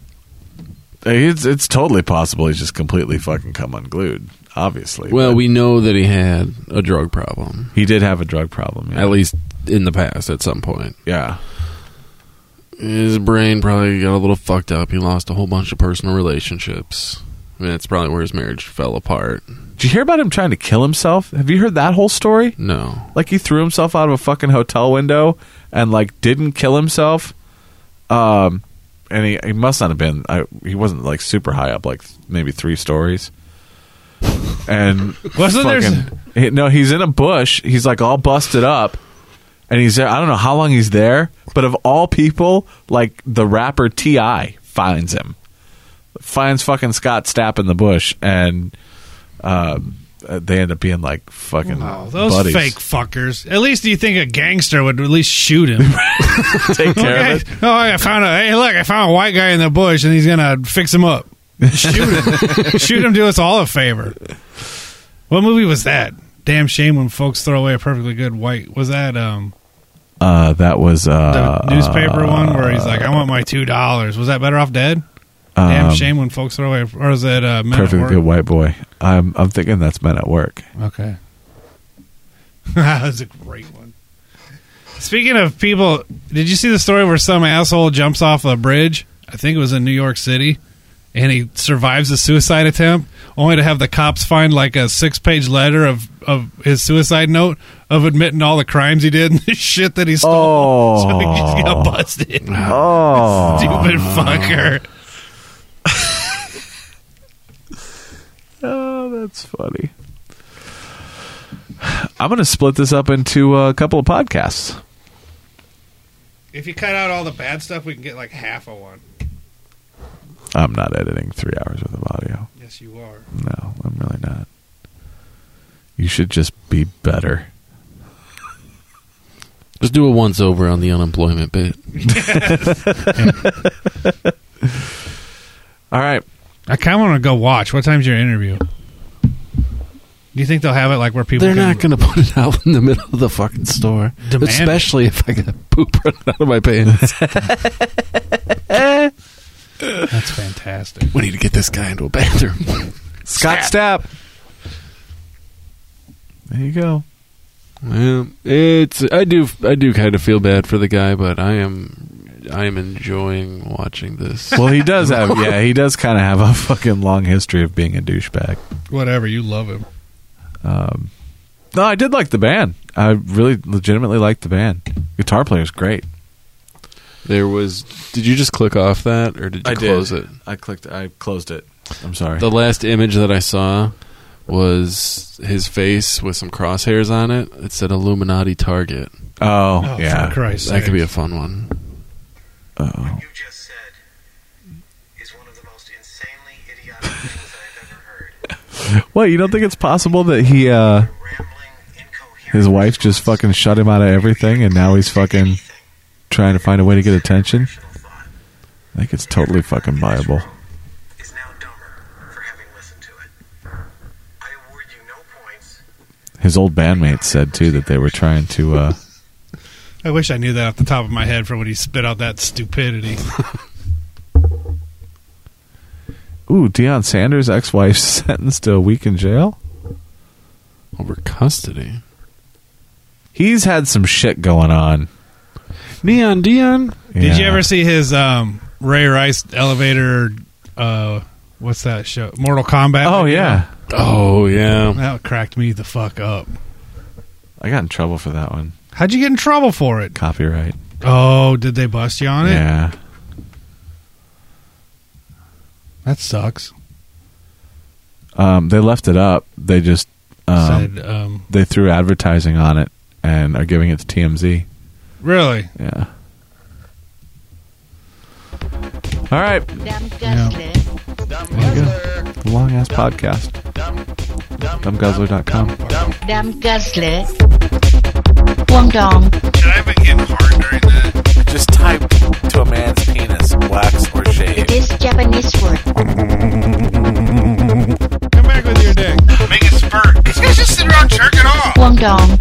it's it's totally possible he's just completely fucking come unglued. Obviously,
Well,
But
we know that he had a drug problem,
he did have a drug problem. Yeah,
at least in the past at some point.
yeah.
His brain probably got a little fucked up. He lost a whole bunch of personal relationships. I mean, that's probably where his marriage fell apart.
Did you hear about him trying to kill himself? Have you heard that whole story?
No.
Like he threw himself out of a fucking hotel window and like didn't kill himself. Um, and he, he must not have been. I, he wasn't like super high up, like maybe three stories. And
[laughs] Wasn't there s-
he- no? He's in a bush. He's like all busted up, and he's there. I don't know how long he's there, but of all people, like the rapper Ti finds him, finds fucking Scott Stapp in the bush, and um, uh, they end up being like fucking
Those
buddies.
fake fuckers. At least you think a gangster would at least shoot him.
Take care of it.
Hey, [laughs] oh, I found a hey, look, I found a white guy in the bush, and he's gonna fix him up. Shoot
[laughs]
him, shoot him. Do us all a favor. What movie was that? Damn shame when folks throw away a perfectly good white. Was that um
Uh, that was
the
uh,
newspaper one where he's like, I want my two dollars. Was that Better Off Dead? Damn shame when folks throw away, or is it uh, Men at
um, perfectly
Work?
good white boy. I'm I'm thinking that's Men at Work.
[laughs] Okay. That's a great one. Speaking of people, did you see the story where some asshole jumps off a bridge? I think it was in New York City, and he survives a suicide attempt, only to have the cops find like a six-page letter of of his suicide note of admitting all the crimes he did and [laughs] the shit that he stole.
Oh.
[laughs] So he just got busted.
Oh,
Stupid fucker.
Ah, that's funny. I'm gonna split this up into a couple of podcasts.
If you cut out all the bad stuff, we can get like half of one.
I'm not editing three hours worth of audio.
Yes, you are.
No, I'm really not. You should just be better.
Just do a once over on the unemployment bit.
All right.
I kind of want to go watch. What time's your interview? Do you think they'll have it like where people?
They're
can,
not going to put it out in the middle of the fucking store.
Demand it.
Especially if I got poop running out of my pants.
That's fantastic.
[laughs] we need to get this guy into a [laughs] bathroom.
Scott Stapp. There you go.
well, it's I do I do kind of feel bad for the guy, but I am I am enjoying watching this.
Well, he does [laughs] have, yeah, he does kind of have a fucking long history of being a douchebag.
Whatever you love him.
Um, No, I did like the band. I really legitimately liked the band. Guitar player's great.
[laughs] There was. Did you just click off that, or did you
I did.
close it?
I clicked. I closed it. I'm sorry.
The last image that I saw was his face with some crosshairs on it. It said Illuminati target.
oh,
Oh,
yeah.
for Christ's
That could be a
sakes.
fun one.
Oh.
you just said is one of the most insanely idiotic things I have ever heard.
What? You don't think it's possible that he, uh,
Rambling, incoherent.
his wife just fucking shut him out of everything, and now he's fucking trying to find a way to get attention? I think it's totally fucking viable.
Is now dumber for having listened to it. I award you no points.
His old bandmates said too that they were trying to. uh
I wish I knew that off the top of my head for when he spit out that stupidity.
Ooh, Deion Sanders' ex-wife [laughs] sentenced to a week in jail.
Over custody.
He's had some shit going on.
Neon Dion.
Yeah.
Did you ever see his um, Ray Rice elevator? Uh, what's that show? Mortal Kombat.
Oh yeah,
Oh yeah.
that cracked me the fuck up.
I got in trouble for that one.
How'd you get in trouble for it?
Copyright.
Oh, did they bust you on it?
Yeah.
That sucks.
Um, they left it up. They just um,
Said, um,
they threw advertising on it and are giving it to TMZ.
really?
Yeah. All right,
Dumb Guzzler.
Dumb
There you go.
Guzzler.
long ass podcast.
Dumb, dumb,
Dumbguzzler.com.
dumb, dumb,
Dumb Guzzler. Wong Dong.
Should I have been getting hard during that? Just type to a man's penis, wax or shave.
It is Japanese word.
Come back with your dick.
Make it spurt. These guys just sit around jerking off.
Wong Dong.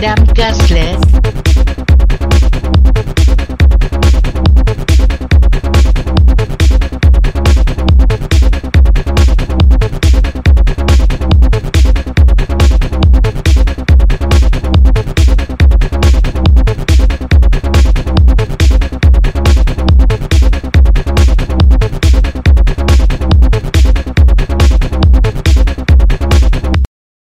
Dumb Guzzler.